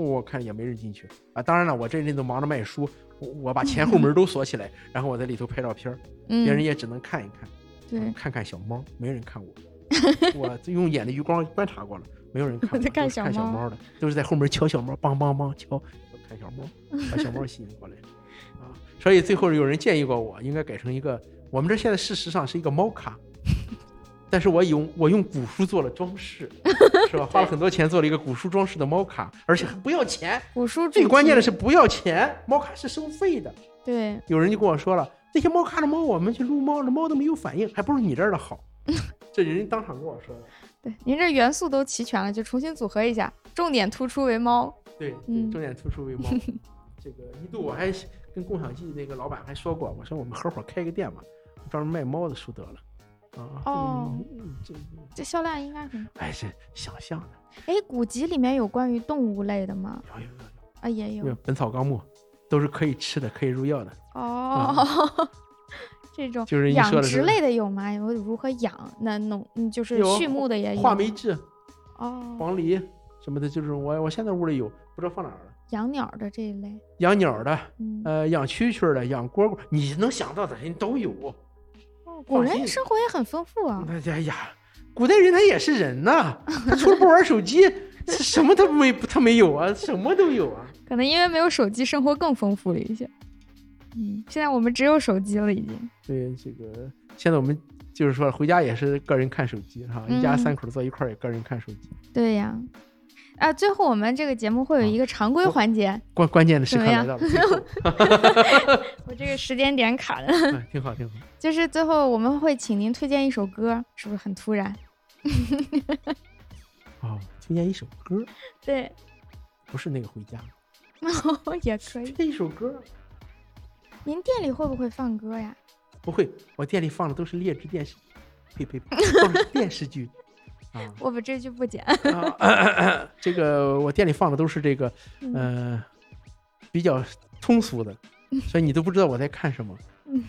Speaker 2: 我看也没人进去啊。当然了，我这阵子忙着卖书，我我把前 后门都锁起来，然后我在里头拍照片儿，别人
Speaker 1: 嗯，
Speaker 2: 也只能看一看。
Speaker 1: 对，
Speaker 2: 看看小猫，没人看我， 我用眼的余光观察过了，没有人看 我，
Speaker 1: 在
Speaker 2: 都
Speaker 1: 看
Speaker 2: 是
Speaker 1: 小
Speaker 2: 看小
Speaker 1: 猫
Speaker 2: 猫的，都是在后门敲小猫，梆梆梆敲，看小猫，把小猫吸引过来啊。所以最后有人建议过我，应该改成一个，我们这现在事实上是一个 猫咖，但是我用我用古书做了装 饰，是吧？花了很多钱做了一个古书装饰的猫咖，而且还不 要钱，
Speaker 1: 古书
Speaker 2: 最
Speaker 1: 主
Speaker 2: 关键的
Speaker 1: 题
Speaker 2: 是不要钱，猫咖是收费的。
Speaker 1: 对，
Speaker 2: 有人就跟我说了，那些猫看着猫，我们去撸猫，那猫都没有反应，还不如你这儿 的好。这人家当场跟我说的，
Speaker 1: 对，您这元素都齐全了，就重新组合一下，重点突出为猫。
Speaker 2: 对，
Speaker 1: 嗯
Speaker 2: 对重点突出为 猫。这个一度我还跟共享记那个老板还说过，我说我们合伙开个店吧，专门卖猫的书得了。啊，
Speaker 1: 哦
Speaker 2: 嗯，嗯这
Speaker 1: 这销量应该很。
Speaker 2: 哎是想象的，
Speaker 1: 哎，古籍里面有关于动物类的吗？
Speaker 2: 有有
Speaker 1: 啊，也
Speaker 2: 有有，
Speaker 1: 有
Speaker 2: 《本草纲目》都是可以吃的，可以入药的。
Speaker 1: 哦。这种
Speaker 2: 啊就是一
Speaker 1: 养
Speaker 2: 说的
Speaker 1: 殖
Speaker 2: 是
Speaker 1: 类的有吗？有如何养？那农嗯就是
Speaker 2: 有啊
Speaker 1: 畜牧的也有。
Speaker 2: 画眉质、
Speaker 1: 哦，
Speaker 2: 黄鹂什么的，就是我我现在屋里有，不知道放哪儿了。
Speaker 1: 养鸟的这一类。
Speaker 2: 养鸟的，
Speaker 1: 嗯，
Speaker 2: 呃，养蛐蛐儿的，养蝈蝈，你能想到的人都有。
Speaker 1: 哦古
Speaker 2: 放
Speaker 1: 人
Speaker 2: 心
Speaker 1: 生活也很丰富啊。
Speaker 2: 那哎呀，古代人他也是人呐、 他除了不玩手机，是什么他没他没有啊，什么都有 啊。
Speaker 1: 可能因为没有手机，生活更丰富了一些。嗯，现在我们只有手机了，已经。
Speaker 2: 对，这个现在我们就是说回家也是个人看手机哈、一家
Speaker 1: 嗯
Speaker 2: 三口坐一块儿也个人看手机。
Speaker 1: 对呀、啊，最后我们这个节目会有一个常规环节，
Speaker 2: 关关键的时
Speaker 1: 怎么
Speaker 2: 刻来
Speaker 1: 样
Speaker 2: 到了，最 后
Speaker 1: 我这个时间点卡了，
Speaker 2: 哎挺好挺好。
Speaker 1: 就是最后我们会请您推荐一首歌，是不是很突然？
Speaker 2: 哦，推荐一首歌，
Speaker 1: 对，
Speaker 2: 不是那个回家，
Speaker 1: 哎也可以
Speaker 2: 推。荐一首歌。
Speaker 1: 您店里会不会放歌呀？
Speaker 2: 不会，我店里放的都是劣质电视，呸 呸呸，都是电视剧啊。
Speaker 1: 我们这句不剪。
Speaker 2: 啊 咳咳咳这个我店里放的都是这个，
Speaker 1: 嗯，
Speaker 2: 呃，比较通俗的，所以你都不知道我在看什么
Speaker 1: 嗯。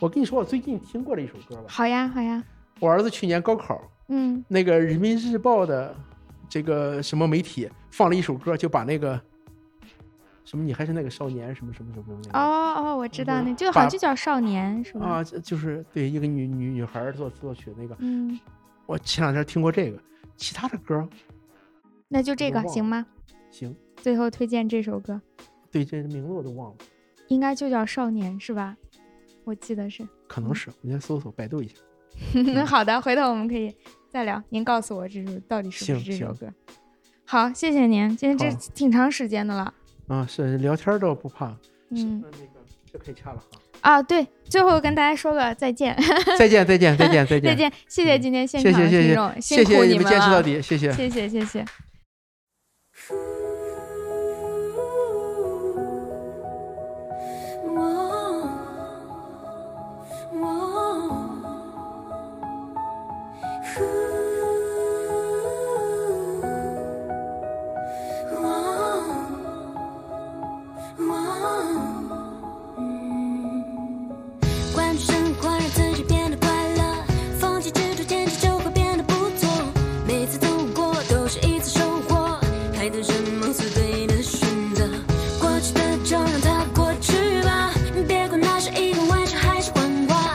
Speaker 2: 我跟你说，我最近听过了一首歌吧，
Speaker 1: 好呀，好呀。
Speaker 2: 我儿子去年高考，
Speaker 1: 嗯，
Speaker 2: 那个人民日报的这个什么媒体放了一首歌，就把那个什么你还是那个少年什么什么什么什么那个。
Speaker 1: 哦哦，我知道
Speaker 2: 嗯
Speaker 1: 那这个好像
Speaker 2: 把
Speaker 1: 就叫少年，是吧？
Speaker 2: 啊，这就是对一个女女女孩做作曲那个，
Speaker 1: 嗯，
Speaker 2: 我前两天听过这个，其他的歌
Speaker 1: 那就这
Speaker 2: 我
Speaker 1: 个
Speaker 2: 忘
Speaker 1: 行吗？
Speaker 2: 行，
Speaker 1: 最后推荐这首歌。
Speaker 2: 对这名字我都忘了，
Speaker 1: 应该就叫少年是吧？我记得是。
Speaker 2: 可能是我先搜搜百度一下。
Speaker 1: 嗯好的，回头我们可以再聊。您告诉我这首到底是不是
Speaker 2: 行
Speaker 1: 这首
Speaker 2: 行
Speaker 1: 歌？好，谢谢您。今天这
Speaker 2: 好
Speaker 1: 挺长时间的了。
Speaker 2: 啊，是聊天儿倒不怕，是
Speaker 1: 嗯
Speaker 2: 那那个这可以掐了哈。
Speaker 1: 啊，对，最后跟大家说个再见，
Speaker 2: 再见，再见，再见，再
Speaker 1: 再
Speaker 2: 见，
Speaker 1: 见，谢谢
Speaker 2: 嗯
Speaker 1: 今天现
Speaker 2: 谢
Speaker 1: 场的
Speaker 2: 谢，谢
Speaker 1: 听
Speaker 2: 谢
Speaker 1: 众，，辛
Speaker 2: 谢
Speaker 1: 苦
Speaker 2: 谢你
Speaker 1: 们
Speaker 2: 坚持到
Speaker 1: 了，
Speaker 2: 底，谢谢。
Speaker 1: 谢谢谢谢。
Speaker 4: 关注生活，让自己变得快乐。放弃执着，坚持就会变得不错。每次走过都是一次收获，还等什么最对的选择？过去的就让它过去吧，别管那是一个玩笑还是谎话。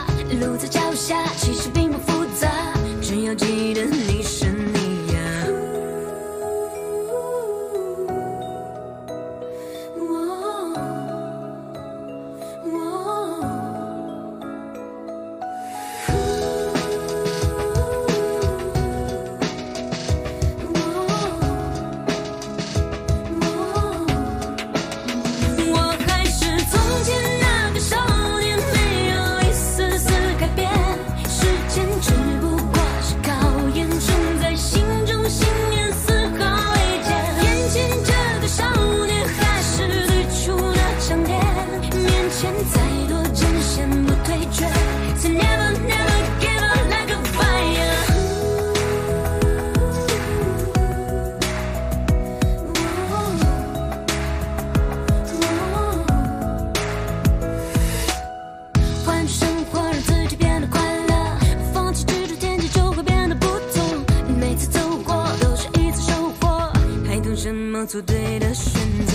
Speaker 4: 做对的选择。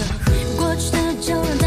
Speaker 4: 过去的就让它。